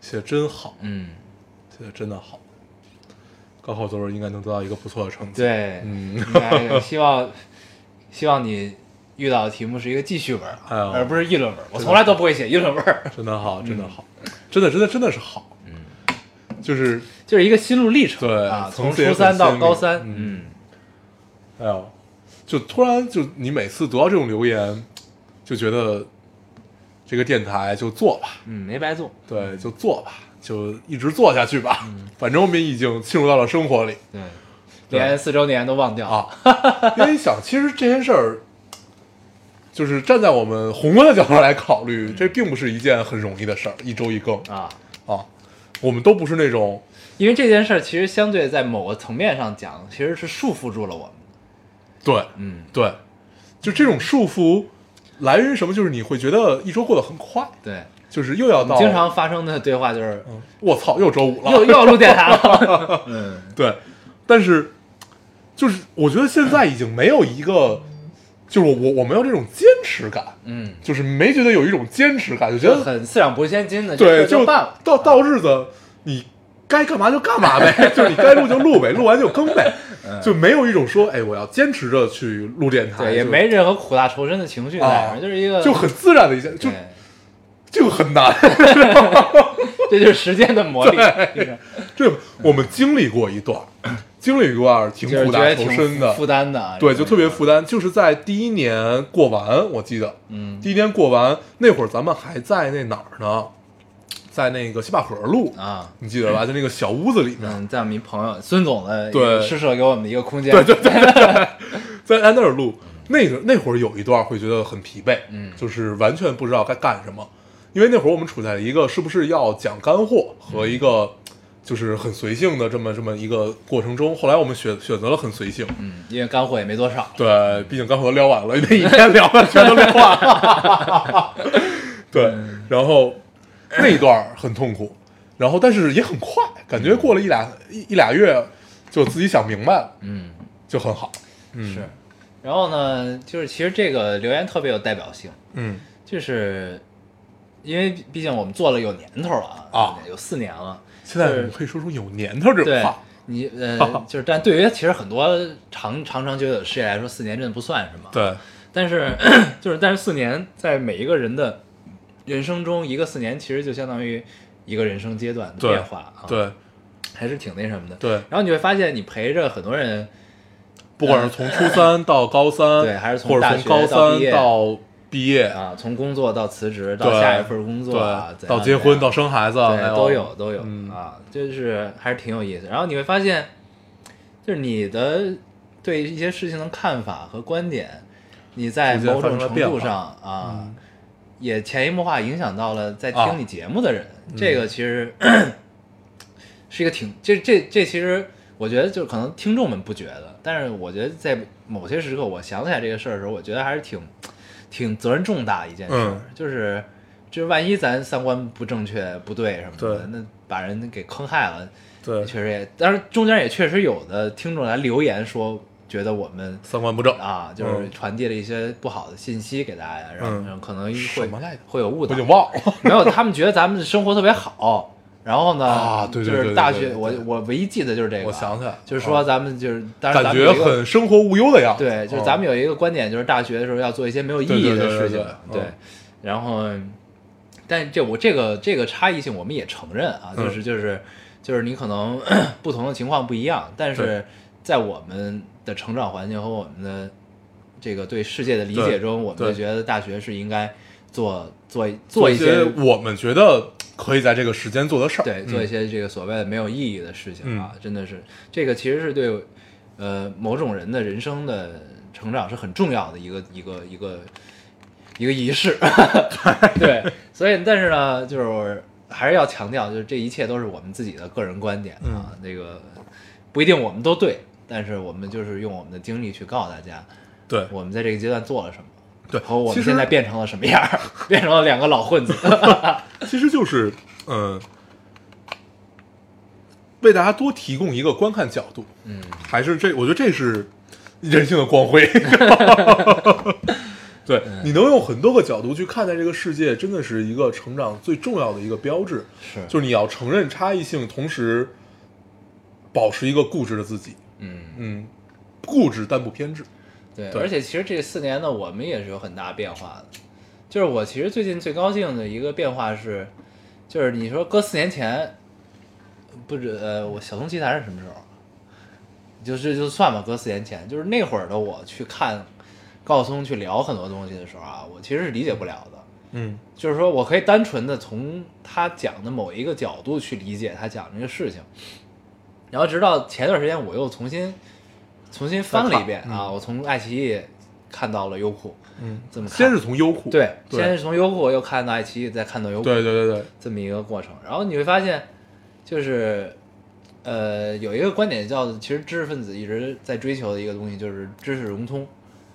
写得真好，嗯，写的真的好，高考作文应该能得到一个不错的成绩，对，嗯应该希望希望你遇到的题目是一个记叙文啊，哎呦而不是议论文。我从来都不会写议 论文，真的好，真的好，真的真的真的是好，嗯，就是就是一个心路历程。对啊，从从此也初三很到鲜高明三，嗯嗯，哎呦，就突然就你每次读到这种留言，就觉得这个电台就做吧，嗯，没白做。对，就做吧，就一直做下去吧，反正我们已经进入到了生活里对，连四周年都忘掉。啊， 因为你想，其实这些事儿。就是站在我们宏观的角度来考虑，这并不是一件很容易的事儿，一周一更啊，啊，我们都不是那种因为这件事儿其实相对在某个层面上讲，其实是束缚住了我们。对，嗯，对，就这种束缚来源于什么？就是你会觉得一周过得很快，对，就是又要到经常发生的对话就是嗯我操，又周五了，又又 要录电台了。 嗯，对，但是就是我觉得现在已经没有一个，就是我我我没有这种坚持感，嗯，就是没觉得有一种坚持感，就觉就得很四两拨千斤的，对，就就办了。到到日子你。该干嘛就干嘛呗， 就是你该录就录呗，录完就更呗，就没有一种说，哎，我要坚持着去录电台，嗯对，也就没任何苦大仇深的情绪在，啊反正就是一个就很自然的一件，就对，这个很难，这就是时间的磨砺，就是这我们经历过一段，经历过一段挺就是苦觉大得仇挺深的，负担的啊，对，这就种特别负担。就是在第一年过完，我记得，嗯第一年过完那会儿，咱们还在那哪儿呢？在那个西坝河路，啊。你记得吧？就那个小屋子里面，嗯，在我们一朋友孙总的对施舍给我们的一个空间，对对对，在安德尔路那个那会儿有一段会觉得很疲惫，嗯就是完全不知道该干什么，因为那会儿我们处在一个是不是要讲干货和嗯一个就是很随性的这么这么一个过程中，后来我们选选择了很随性，嗯，因为干货也没多少，对，毕竟刚才都聊完了， 那一天聊的全都聊完了。 对，嗯然后那一段儿很痛苦，然后但是也很快，感嗯觉过了一俩一一俩月，就自己想明白了，嗯，就很好。嗯，是，。然后呢，就是其实这个留言特别有代表性，嗯，就是因为毕竟我们做了有年头了啊，啊有四年了，现在我就是们可以说出有年头这种对话，你呃，就是但对于其实很多长长长久久的事业来说，四年真的不算什么，对，但是 就是但是四年在每一个人的人生中，一个四年其实就相当于一个人生阶段的对变化啊，，对，还是挺那什么的。对然后你会发现，你陪着很多人，不管是从初三到高三，对还是从或者大从学高到毕三业到毕业，啊，从工作到辞职，到对，下一份工作啊，对，怎样到结婚怎到样生孩子，哎呦对，都有都有、嗯啊，就是还是挺有意思。然后你会发现，就是你的对一些事情的看法和观点，你在逐渐某发种生了程变度化嗯上啊，也潜移默化影响到了啊在听你节目的人。嗯这个其实、是一个挺这这这其实。我觉得就可能听众们不觉得，但是我觉得在某些时刻，我想起来这个事儿的时候，我觉得还是挺挺责任重大一件事儿，嗯就是就是万一咱三观不正确、不对什么的，对那把人给坑害了，对，确实也，当然中间也确实有的听众来留言说，觉得我们三观不正，啊，就是嗯传递了一些不好的信息给大家，然后、嗯然后可能什会么来着会有误我导已，经忘了。没有，他们觉得咱们生活特别好。然后呢？啊对对对就是大对对学，对我对我唯一记得就是这个，我想起来了就是说啊咱们就是，当然感咱们有觉一个很生活无忧的样子。嗯对，就是咱们有一个观点，就是大学的时候要做一些没有意义哦对对的对事对情对对，嗯。然后，但这我这个这个差异性我们也承认啊，嗯就是就是就是你可能 不同的情况不一样，但是对在我们的成长环境和我们的这个对世界的理解对中，我们就对觉得大学是应该做做做一些些我们觉得可以在这个时间做的事儿。对，做一些这个所谓的没有意义的事情啊，嗯真的是这个其实是对呃某种人的人生的成长是很重要的一个一个一个一个仪 式。对，所以但是呢，就是还是要强调，就是这一切都是我们自己的个人观点啊，嗯那、个不一定我们都对，但是我们就是用我们的经历去告诉大家，对我们在这个阶段做了什么。对和我其们实现在变成了什么样儿？变成了两个老混子。 其实就是嗯，为大家多提供一个观看角度。嗯，还是这，我觉得这是人性的 光辉。对，嗯你能用很多个角度去看待这个世界，真的是一个成长最重要的一个标志。是就是你要承认差异性，同时保持一个固执的自己。嗯，嗯，固执但不偏执。对，对而且其实这四年呢，我们也是有很大变化的。就是我其实最近最高兴的一个变化是，就是你说搁四年前，不止呃，我小松奇谈是什么时候？啊就是就算吧，搁四年前，就是那会儿的我去看高晓松去聊很多东西的时候啊，我其实是理解不了的。嗯，就是说我可以单纯的从他讲的某一个角度去理解他讲这个事情，然后直到前段时间我又重新重新翻了一遍啊，我从爱奇艺看到了优酷，嗯，这么看先是从优酷，对，先对，是从优酷又看到爱奇艺，再看到优酷，对对对对，这么一个过程。然后你会发现，就是呃，有一个观点叫，其实知识分子一直在追求的一个东西就是知识融通，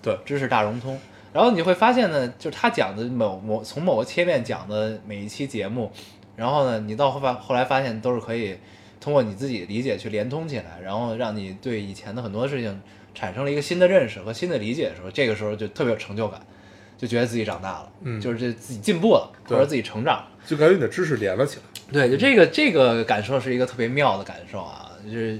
对知识大融通。然后你会发现呢，就是他讲的某某从某个切面讲的每一期节目，然后呢，你到后发后来发现都是可以通过你自己理解去连通起来，然后让你对以前的很多事情产生了一个新的认识和新的理解的时候，这个时候就特别有成就感，就觉得自己长大了，嗯就是这自己进步了，或对者自己成长了。就感觉你的知识连了起来。对，就这个这个感受是一个特别妙的感受啊，就是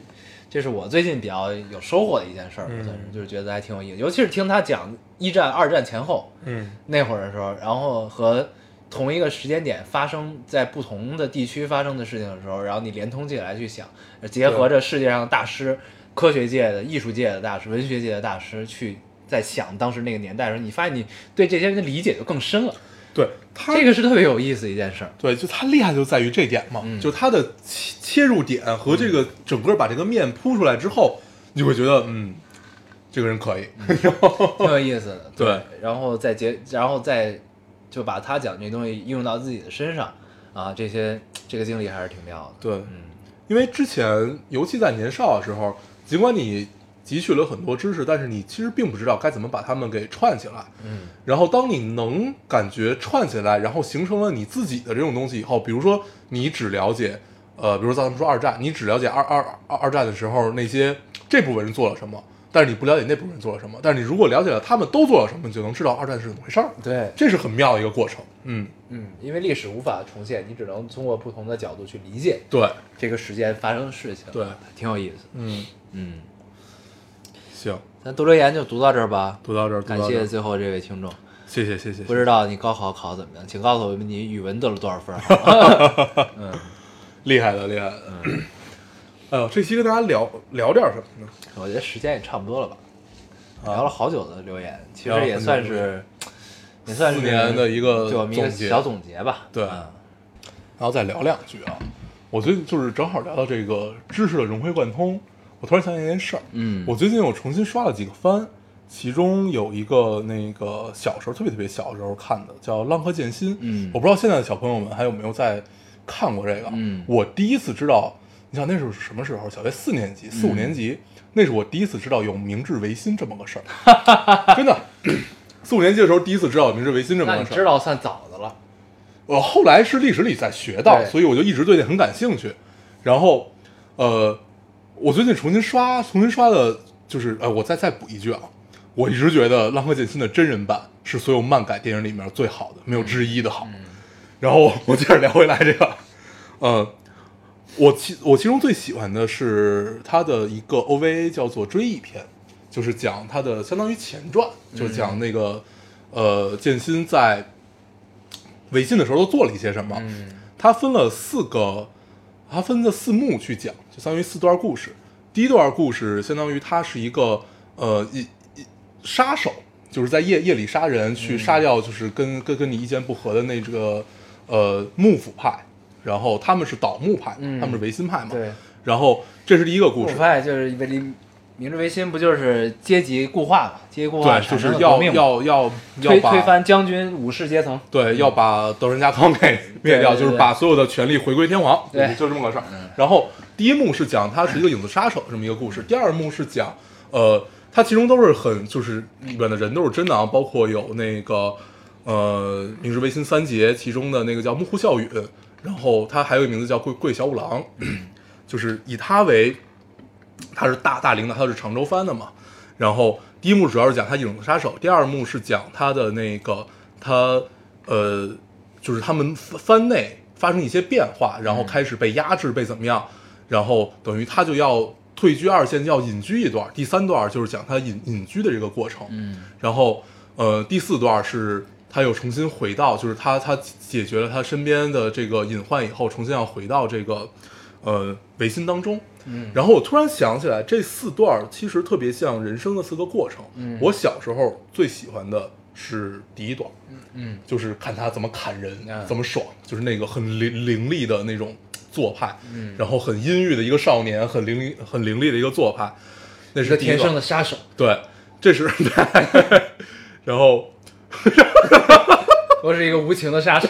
这是我最近比较有收获的一件事儿，嗯算是就是觉得还挺有意思，尤其是听他讲一战、二战前后嗯那会儿的时候，然后和同一个时间点发生在不同的地区发生的事情的时候，然后你连通起来去想，结合着世界上的大师、科学界的、艺术界的大师、文学界的大师去在想当时那个年代的时候，你发现你对这些人的理解就更深了，对他这个是特别有意思的一件事儿。对，就他厉害就在于这点嘛，嗯就他的切切入点和这个整个把这个面铺出来之后，你就会觉得嗯，嗯这个人可以。挺有意思的。对，然后再结，然后再就把他讲这东西应用到自己的身上啊，这些这个经历还是挺妙的。嗯对，因为之前尤其在年少的时候，尽管你汲取了很多知识，但是你其实并不知道该怎么把它们给串起来。嗯，然后当你能感觉串起来，然后形成了你自己的这种东西以后，比如说你只了解，呃，比如说咱们说二战，你只了解二二二二战的时候那些这部分人做了什么，但是你不了解那部分人做了什么，但是你如果了解了他们都做了什么，你就能知道二战是怎么回事儿。对，这是很妙的一个过程。嗯，嗯，因为历史无法重现，你只能通过不同的角度去理解对，这个时间发生的事情。对，挺有意思。嗯，嗯，行，咱读留言就读到这儿吧。读到这儿，读感到这谢儿最后这位听众，谢谢谢谢，不知道你高考考得怎么样，请告诉我们你语文得了多少分 儿。好吗厉害的厉害的。嗯 哎呦，这期跟大家聊聊点什么呢？我觉得时间也差不多了吧，聊了好久的留言，其聊了实很也久算的是也算是四年的一个对我们一个呃总结小总结吧。对嗯然后再聊两句啊。我最近就是正好聊到这个知识的融会贯通，我突然想起一件事儿。嗯我最近我重新刷了几个番，其中有一个那个小时候特别特别小的时候看的，叫《浪客剑心》。嗯我不知道现在的小朋友们还有没有在看过这个。嗯我第一次知道，你想那时候是什么时候？小学四年级、嗯四五年级，那是我第一次知道有明治维新这么个事儿。 真的，四五年级的时候第一次知道有明治维新这么那个你事儿。知道算早的了。我呃后来是历史里在学到，对所以我就一直对那很感兴趣。然后，呃，我最近重新刷，重新刷的就是，呃，我再再补一句啊，我一直觉得《浪客剑心》的真人版是所有漫改电影里面最好的，没有之一的好。然后我接着聊回来这个，呃，我其我其中最喜欢的是他的一个 OVA 叫做《追忆篇》，就是讲他的相当于前传，就是讲那个、呃剑心在维新的时候都做了一些什么。嗯它分了四个，它分了四幕去讲，就相当于四段故事。第一段故事相当于他是一个呃一一杀手，就是在夜夜里杀人，去杀嗯掉就是跟跟跟你意见不合的那这个呃幕府派，然后他们是倒幕派，嗯他们是维新派嘛。对，然后这是第一个故我事，发现就是因为离明治维新不就是阶级固化嘛，阶级固化对，就产生是了革要命嘛要要要推把推翻将军武士阶层。对，要把德仁家康给灭掉，嗯对对就是把所有的权力回归天皇，对就这么个事儿。然后第一幕是讲他是一个影子杀手这么一个故事，第二幕是讲，呃，他其中都是很就是里边的人都是真的啊，包括有那个呃《明治维新三杰》其中的那个叫木户孝允，然后他还有一个名字叫桂桂小五郎， 就是以他为他是大大领导，他是常州藩的嘛。然后第一幕主要是讲他影子杀手，第二幕是讲他的那个他呃，就是他们藩藩内发生一些变化，然后开始被压制，被怎么样，然后等于他就要退居二线，要隐居一段。第三段就是讲他隐隐居的这个过程，嗯，然后呃，第四段是他又重新回到，就是他他解决了他身边的这个隐患以后，重新要回到这个呃维新当中。嗯，然后我突然想起来，这四段其实特别像人生的四个过程。嗯，我小时候最喜欢的是第一段，嗯，就是看他怎么砍人，嗯怎么爽，就是那个很凌凌厉的那种做派，嗯，然后很阴郁的一个少年，很凌很凌厉的一个做派，那一是个第一天生段的杀手，对，这是 对，然后我是一个无情的杀手。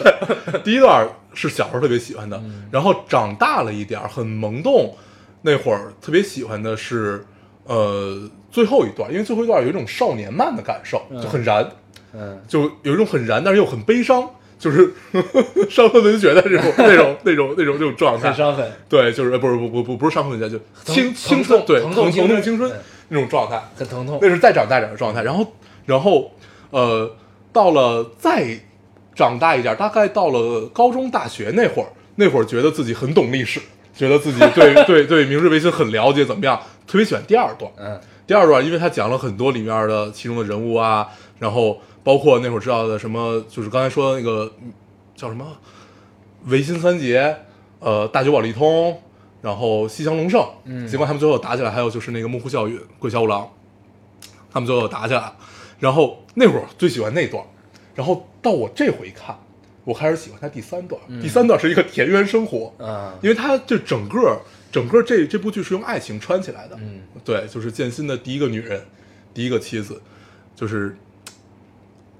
第一段是小时候特别喜欢的，嗯然后长大了一点儿，很萌动那会儿特别喜欢的是呃最后一段，因为最后一段有一种少年漫的感受，就很燃， 嗯，就有一种很燃，但是又很悲伤，就是 伤痕文学的这种那种那种那种那种状态很。伤痕，对，就是呃不是不不不不是伤痕文学，就疼青青疼春痛对疼疼痛疼青痛春青春嗯那种状态。很疼痛那。是再长大一点的状态。然后，然后，呃，到了再长大一点，大概到了高中、大学那会儿，那会儿觉得自己很懂历史，觉得自己对 对对明治维新很了解，怎么样？特别喜欢第二段。嗯，第二段，因为他讲了很多里面的其中的人物啊，然后包括那会儿知道的什么，就是刚才说的那个嗯叫什么维新三杰，呃，大久保利通，然后西乡隆盛，嗯，尽管他们最后打起来，还有就是那个幕户孝允、桂小五郎，他们最后打起来了。然后那会儿最喜欢那段儿，然后到我这回看，我开始喜欢他第三段儿。第三段儿是一个田园生活，嗯因为它就整个整个这这部剧是用爱情穿起来的，嗯，对，就是剑心的第一个女人，第一个妻子，就是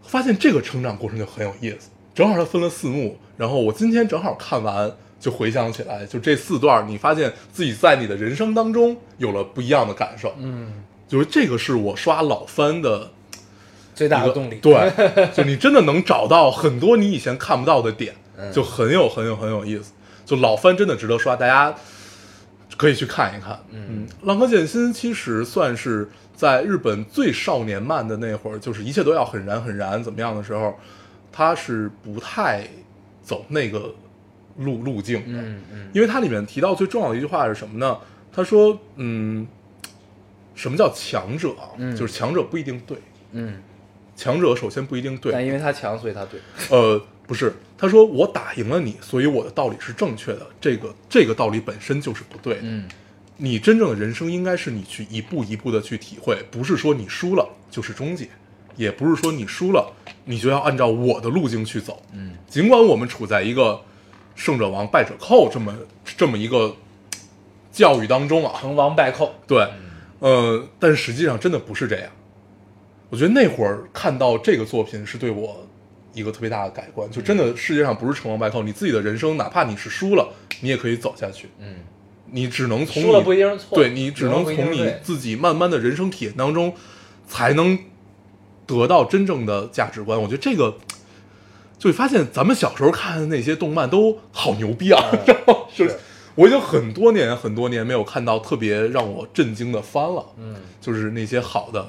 发现这个成长过程就很有意思，正好它分了四幕，然后我今天正好看完，就回想起来，就这四段，你发现自己在你的人生当中有了不一样的感受，嗯，就是这个是我刷老番的最大一的个动力，，对，就你真的能找到很多你以前看不到的点，嗯就很有很有很有意思。就老番真的值得刷，大家可以去看一看。嗯，浪客剑心其实算是在日本最少年漫的那会儿，就是一切都要很燃很燃怎么样的时候，它是不太走那个路路径的。嗯嗯，因为它里面提到最重要的一句话是什么呢？他说，嗯，什么叫强者啊？嗯就是强者不一定对，嗯，强者首先不一定但对，因为他强，所以他对，呃，不是，他说我打赢了你，所以我的道理是正确的，这个这个道理本身就是不对的。嗯你真正的人生应该是你去一步一步的去体会，不是说你输了就是终结，也不是说你输了你就要按照我的路径去走。嗯，尽管我们处在一个胜者王败者寇这么这么一个教育当中啊，成王败寇，对，呃，但实际上真的不是这样。我觉得那会儿看到这个作品是对我一个特别大的改观，就真嗯的世界上不是成王败寇，你自己的人生哪怕你是输了，你也可以走下去。嗯，你只能从输了你不一定是错对你只能赢了不一定从是你对自己慢慢的人生体验当中，才能得到真正的价值观。我觉得这个。就会发现咱们小时候看的那些动漫都好牛逼啊！ 然后就是是我已经很多年很多年没有看到特别让我震惊的番了。嗯，就是那些好的，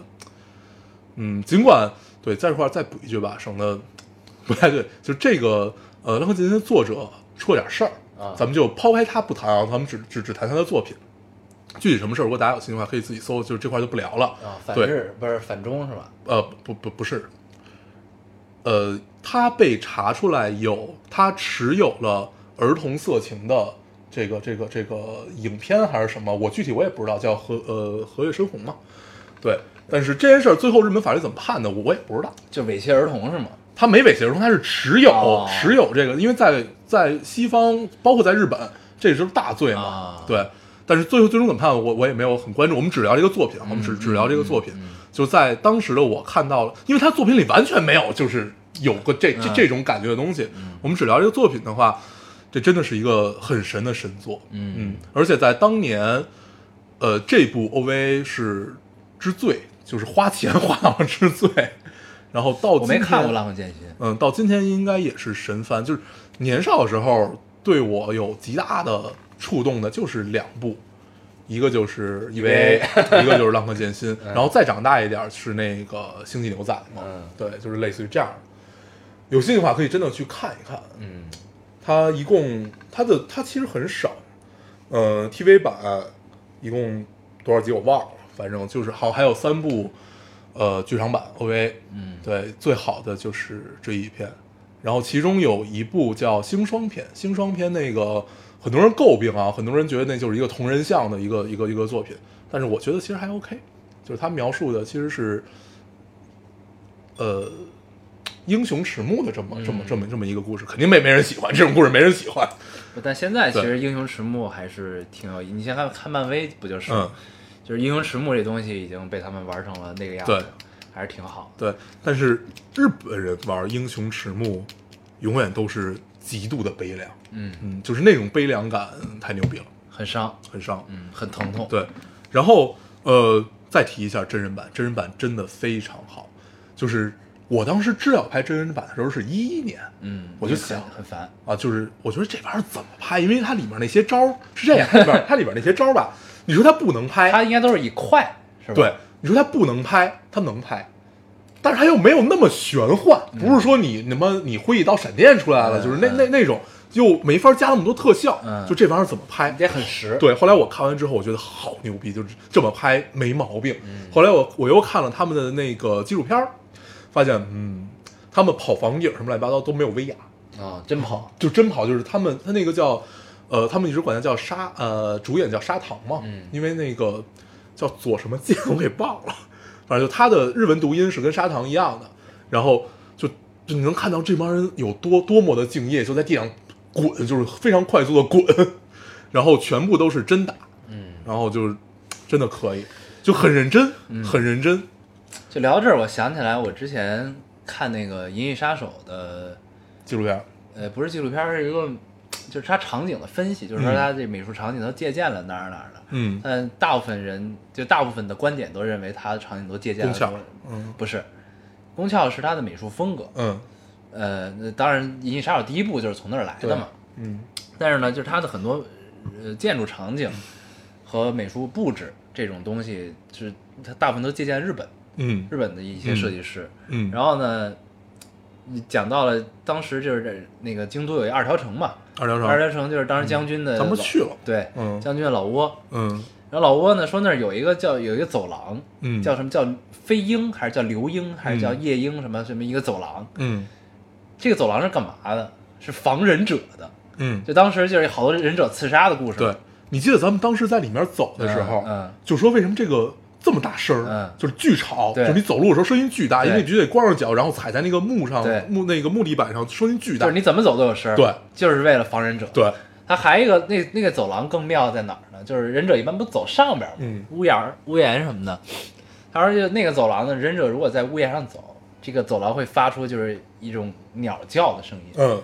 嗯，尽管对，在这块儿再补一句吧，省得不太对。就这个呃，《浪客剑心》的作者出了点事儿啊咱们就抛开他不谈啊，咱们只只只谈他的作品。具体什么事儿，如果大家有兴趣的话，可以自己搜，就是这块儿就不聊了。啊，反对日不是反中是吧？呃，不不不是，呃，他被查出来有他持有了儿童色情的这个这个这个影片还是什么，我具体我也不知道，叫和呃和月深红嘛，对。但是这件事儿最后日本法律怎么判的，我我也不知道。就猥亵儿童是吗？他没猥亵儿童，他是持有、哦持有这个，因为在在西方，包括在日本，这是大罪嘛。啊对，但是最后最终怎么判，我我也没有很关注。我们只聊这个作嗯品，我们只只聊这个作品。就在当时的我看到了，因为他作品里完全没有就是有个这嗯这这种感觉的东西。我们只聊这个作品的话，这真的是一个很神的神作。嗯而且在当年，呃，这部 OVA 是之最，就是花钱花到之最。然后到我没今看天过《浪客剑心》，嗯，到今天应该也是神番，就是年少的时候对我有极大的触动的，就是两部，一个就是《EVA》，一 个就是《浪客剑心》，然后再长大一点是那个《星际牛仔》嘛，嗯对，就是类似于这样的。有兴趣的话可以真的去看一看，嗯它一共它的它其实很少，呃，TV 版一共多少集我忘了，反正就是好还有三部，呃，剧场版 OVA，嗯对，最好的就是这一篇，然后其中有一部叫《星霜篇》，《星霜篇》那个很多人诟病啊，很多人觉得那就是一个同人像的一个一个一个作品，但是我觉得其实还 OK，就是他描述的其实是，呃，英雄迟暮的这么这么这么这么一个故事，肯定没没人喜欢这种故事，没人喜欢，不但现在其对实英雄迟暮还是挺有意，你先看看漫威不就是吗，嗯就是英雄迟暮这东西已经被他们玩成了那个样对子，还是挺好的。对，但是日本人玩英雄迟暮，永远都是极度的悲凉，嗯，嗯，就是那种悲凉感太牛逼了，很伤，很伤，嗯。嗯，很疼痛。，对，然后呃，再提一下真人版，真人版真的非常好。就是我当时知道拍真人版的时候是一一年嗯，我就很想很烦，啊，就是我觉得这玩意儿怎么拍？因为它里面那些招儿是这样，它里面它里面那些招儿吧，你说它不能他拍，应该都是以快是吧？哎对，，你说它不能拍，它能拍。但是它又没有那么玄幻，不是说你什么你挥一道闪电出来嗯了，就是那那那种又没法加那么多特效，嗯就这玩意儿怎么拍？也很实。，对，后来我看完之后，我觉得好牛逼，就是这么拍没毛病。后来我我又看了他们的那个纪录片儿，发现嗯，他们跑房顶什么乱七八糟都没有威亚，啊，真跑。就真跑就是他们他那个叫呃，他们一直管他叫沙呃，主演叫砂糖嘛，嗯因为那个叫左什么健我给忘了， 反正就他的日文读音是跟砂糖一样的，然后就就你能看到这帮人有多多么的敬业，就在地上滚，就是非常快速的滚， 然后全部都是真打，嗯，然后就是真的可以，就很认真，嗯很认真，就聊到这儿，我想起来我之前看那个《银翼杀手》的纪录片，呃，不是纪录片，是一个就是它场景的分析，就是说它这美术场景都借鉴了哪儿哪儿的。嗯，但大部分人就大部分的观点都认为它的场景都借鉴了宫壳多，嗯不啊是，宫壳是它的美术风格。嗯呃，那当然，《银翼杀手》第一部就是从那儿来的嘛。嗯但是呢，就是它的很多呃建筑场景和美术布置这种东西，是它大部分都借鉴日本嗯日本的一些设计师。嗯，然后呢，你讲到了当时就是这那个京都有一二条城嘛，二条二城，条城就是当时将军的老，嗯咱们去了，对，嗯将军的老窝。嗯然后老窝呢说那儿有一个叫有一个走廊，嗯，叫什么叫飞鹰还是叫流鹰还是叫嗯夜鹰什么什么一个走廊？嗯这个走廊是干嘛的？是防忍者的。嗯，就当时就是好多忍者刺杀的故事。对，你记得咱们当时在里面走的时候，嗯嗯就说为什么这个这么大声儿，嗯就是巨吵，就对是你走路的时候声音巨大，因为对你必须得光着脚，然后踩在那个木上对，木那个木地板上，声音巨就大是，你怎么走都有声儿。对，就是为了防忍者。，对，它还有一个那那个走廊更妙在哪儿呢？就是忍者一般不走上边儿吗？嗯屋檐儿、屋檐什么的。他说就那个走廊呢，忍者如果在屋檐上走，这个走廊会发出就是一种鸟叫的声音。嗯，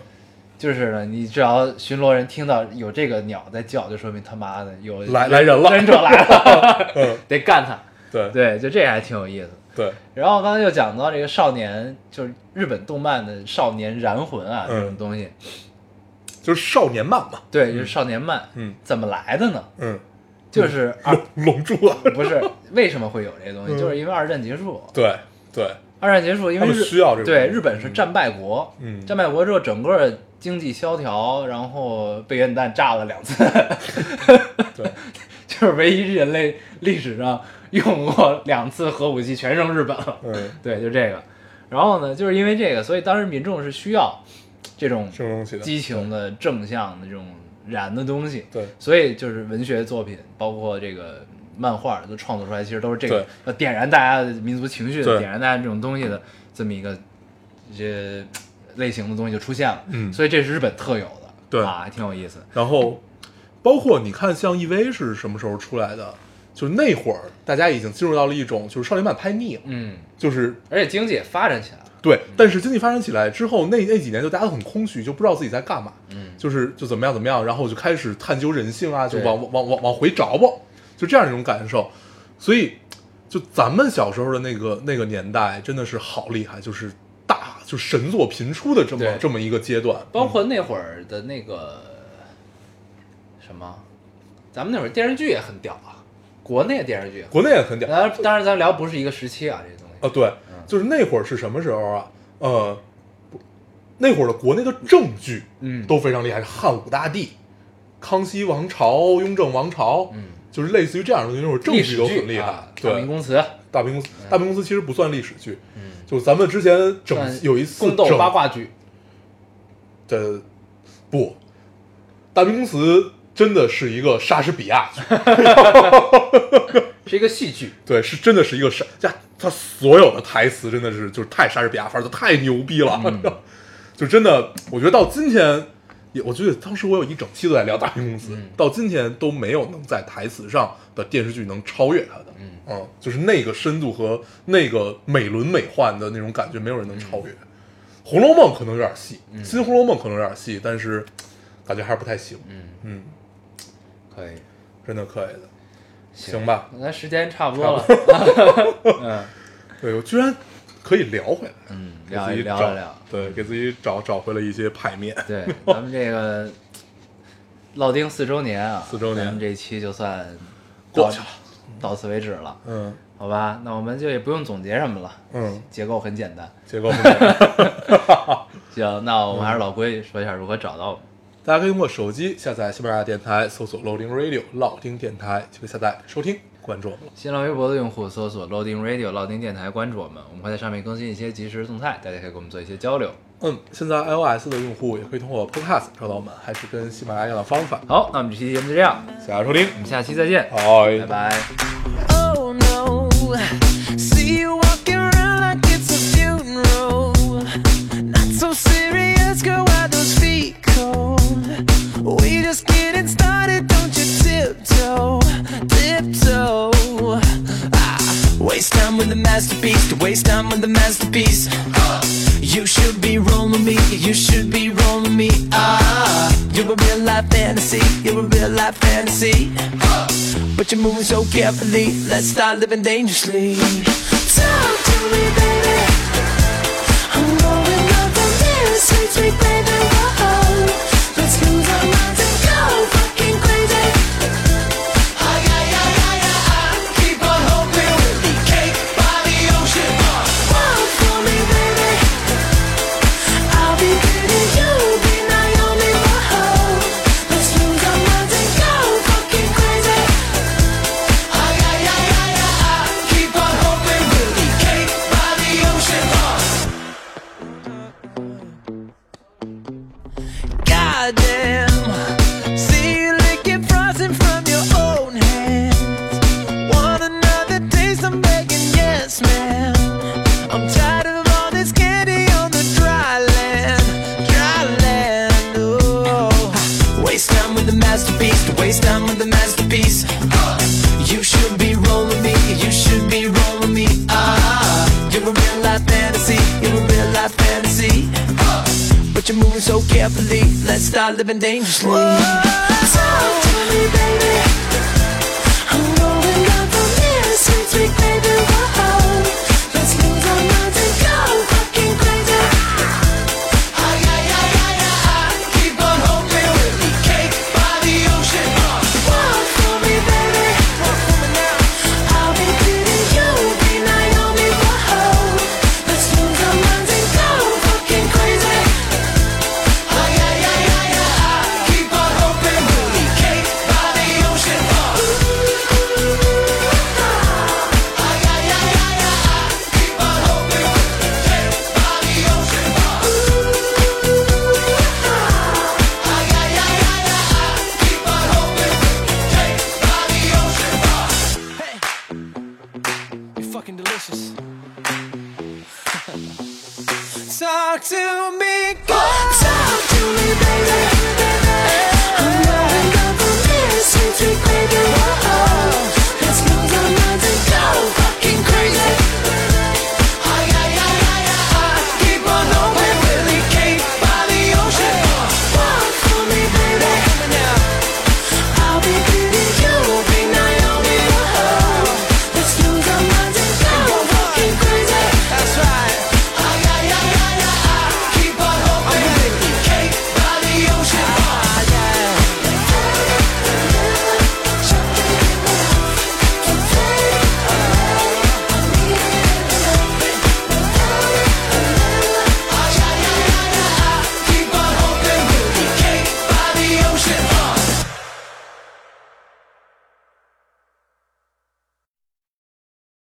就是呢，你只要巡逻人听到有这个鸟在叫，就说明他妈的有来来人了，忍者来 了，嗯，得干他。对对，就这还挺有意思的。对，然后刚才又讲到这个少年，就是日本动漫的少年燃魂啊，嗯这种东西，就是少年漫嘛，对，就是少年漫，嗯怎么来的呢？嗯， 就是二、龙珠啊，不是为什么会有这些东西，嗯就是因为二战结束，对对，二战结束，因为他们日需要这个对日本是战败国，嗯战败国之后整个经济萧条，然后被原子弹炸了两次， 对， 就是唯一人类历史上用过两次核武器，全扔日本了。嗯，对，就这个。然后呢，就是因为这个，所以当时民众是需要这种这种东西的，激情的、正向的这种燃的东西。对所以就是文学作品，包括这个漫画都创作出来，其实都是这对个要点燃大家的民族情绪对的、点燃大家这种东西的这么一个这类型的东西就出现了。嗯所以这是日本特有的，对啊，还挺有意思。然后包括你看，像 EV 是什么时候出来的？就是那会儿，大家已经进入到了一种就是少年漫拍腻了，嗯，就是而且经济也发展起来了。对。但是经济发展起来之后，那那几年就大家都很空虚，就不知道自己在干嘛，嗯，就是就怎么样怎么样，然后就开始探究人性啊，就对往往往往往回找吧，就这样一种感受。所以，就咱们小时候的那个那个年代，真的是好厉害，就是大就神作频出的这么对这么一个阶段。包括那会儿的那个什么，咱们那会儿电视剧也很屌啊，国内的电视剧也很国内也很屌，当然，当然，咱聊不是一个时期啊，这些东西。啊，对，就是那会儿是什么时候啊？呃，不那会儿的国内的正剧，嗯都非常厉害，汉武大帝、康熙王朝、雍正王朝，嗯，就是类似于这样的东西，那会儿正历剧史都剧很厉害。啊对，大明宫词，大明宫词，大明宫词其实不算历史剧，嗯，就是咱们之前整算有一次宫斗整八卦剧，的不，大明宫词真的是一个莎士比亚剧，是一个戏剧。对，是真的是一个莎，呀，他所有的台词真的是就是太莎士比亚范儿，就太牛逼了， 就真的，我觉得到今天，也我觉得当时我有一整期都在聊大明宫词，到今天都没有能在台词上的电视剧能超越它的，嗯就是那个深度和那个美轮美奂的那种感觉，没有人能超越。红楼梦》可能有点细，新《红楼梦》可能有点细，但是感觉还是不太行，嗯嗯，可以，真的可以的，行吧？那咱时间差不多了。嗯对我居然可以聊回来。 嗯，给聊自一己聊找一聊。对，给自己找找回了一些牌面。对，咱们这个老丁四周年啊， 四周年咱们这期就算过去了，到此为止了，嗯好吧？那我们就也不用总结什么了，嗯，结构很简单。结 构不错行，那我们还嗯是老规矩，说一下如何找到我们。大家可以通过手机下载喜马拉雅电台，搜索 Loading Radio 老丁电台，就可以下载收听，关注我们了。新浪微博的用户搜索 Loading Radio 老丁电台，关注我们，我们会在上面更新一些即时动态，大家可以跟我们做一些交流。嗯，现在 iOS 的用户也可以通过 Podcast 找到我们，还是跟喜马拉雅一样的方法。好，那我们这期节目就这样，谢谢大家收听，我们下期再见，好，拜拜。 Oh no, see you walking around like it's a funeral. Not so serious, girl, why those feet cold? We just getting started, don't you tiptoe, tiptoe. Ah, waste time with the masterpiece, to waste time with the masterpiece. You should Ah. be rolling me, You should be rolling me up. You're a real life fantasy. You're a real life fantasy. Ah. But you're moving so carefully. Let's start living dangerously. Talk to me, baby. I'm rolling up the mirror, sweet, sweet baby. Whoa. Let's lose our minds and go fucking crazy. Ay, ay, ay, ay, ay, ay. Keep on hoping we'll be cake by the ocean. Whoa, for me, baby. I'll be pretty, you'll be Naomi. Whoa, let's lose our minds and go fucking crazy. Ay, ay, ay, ay, ay, ay. Keep on hoping we'll be cake by the ocean. Goddamn, see you licking frozen from your own hands. Want another taste? I'm begging, yes, ma'am. I'm tired of all this candy on the dry land, dry land. Oh, waste time with the masterpiece, to waste time with the masterpiece. Uh, you should be rolling me, you should be rolling me. Ah, you're a real life fantasy, you're a real life fantasy. Uh, but you're moving so carefully. Let's start living dangerously. Talk to me, baby. I'm rolling up the mirror, sweet, sweet baby. Whoa. Let's lose our minds and go fucking crazy. Ay, ay, ay, ay, ay, ay. ah. Keep on hoping we'll be cake by the ocean. Whoa, for me, baby. I'll be pretty, you'll be Naomi. Whoa. Let's lose our minds and go fucking crazy. Ah, Ay, ay, ay, ay, ay, ay. ah. Keep on hoping we'll be cake by the ocean. Ay, ay, ay, ay, ay, ay. Keep on hoping we'll be cake by the ocean. Ay, ay, ay, ay, ay, ay. Keep on hoping we'll be cake by the ocean. Hey, you're fucking delicious. Talk to me, girl. Talk to me, baby.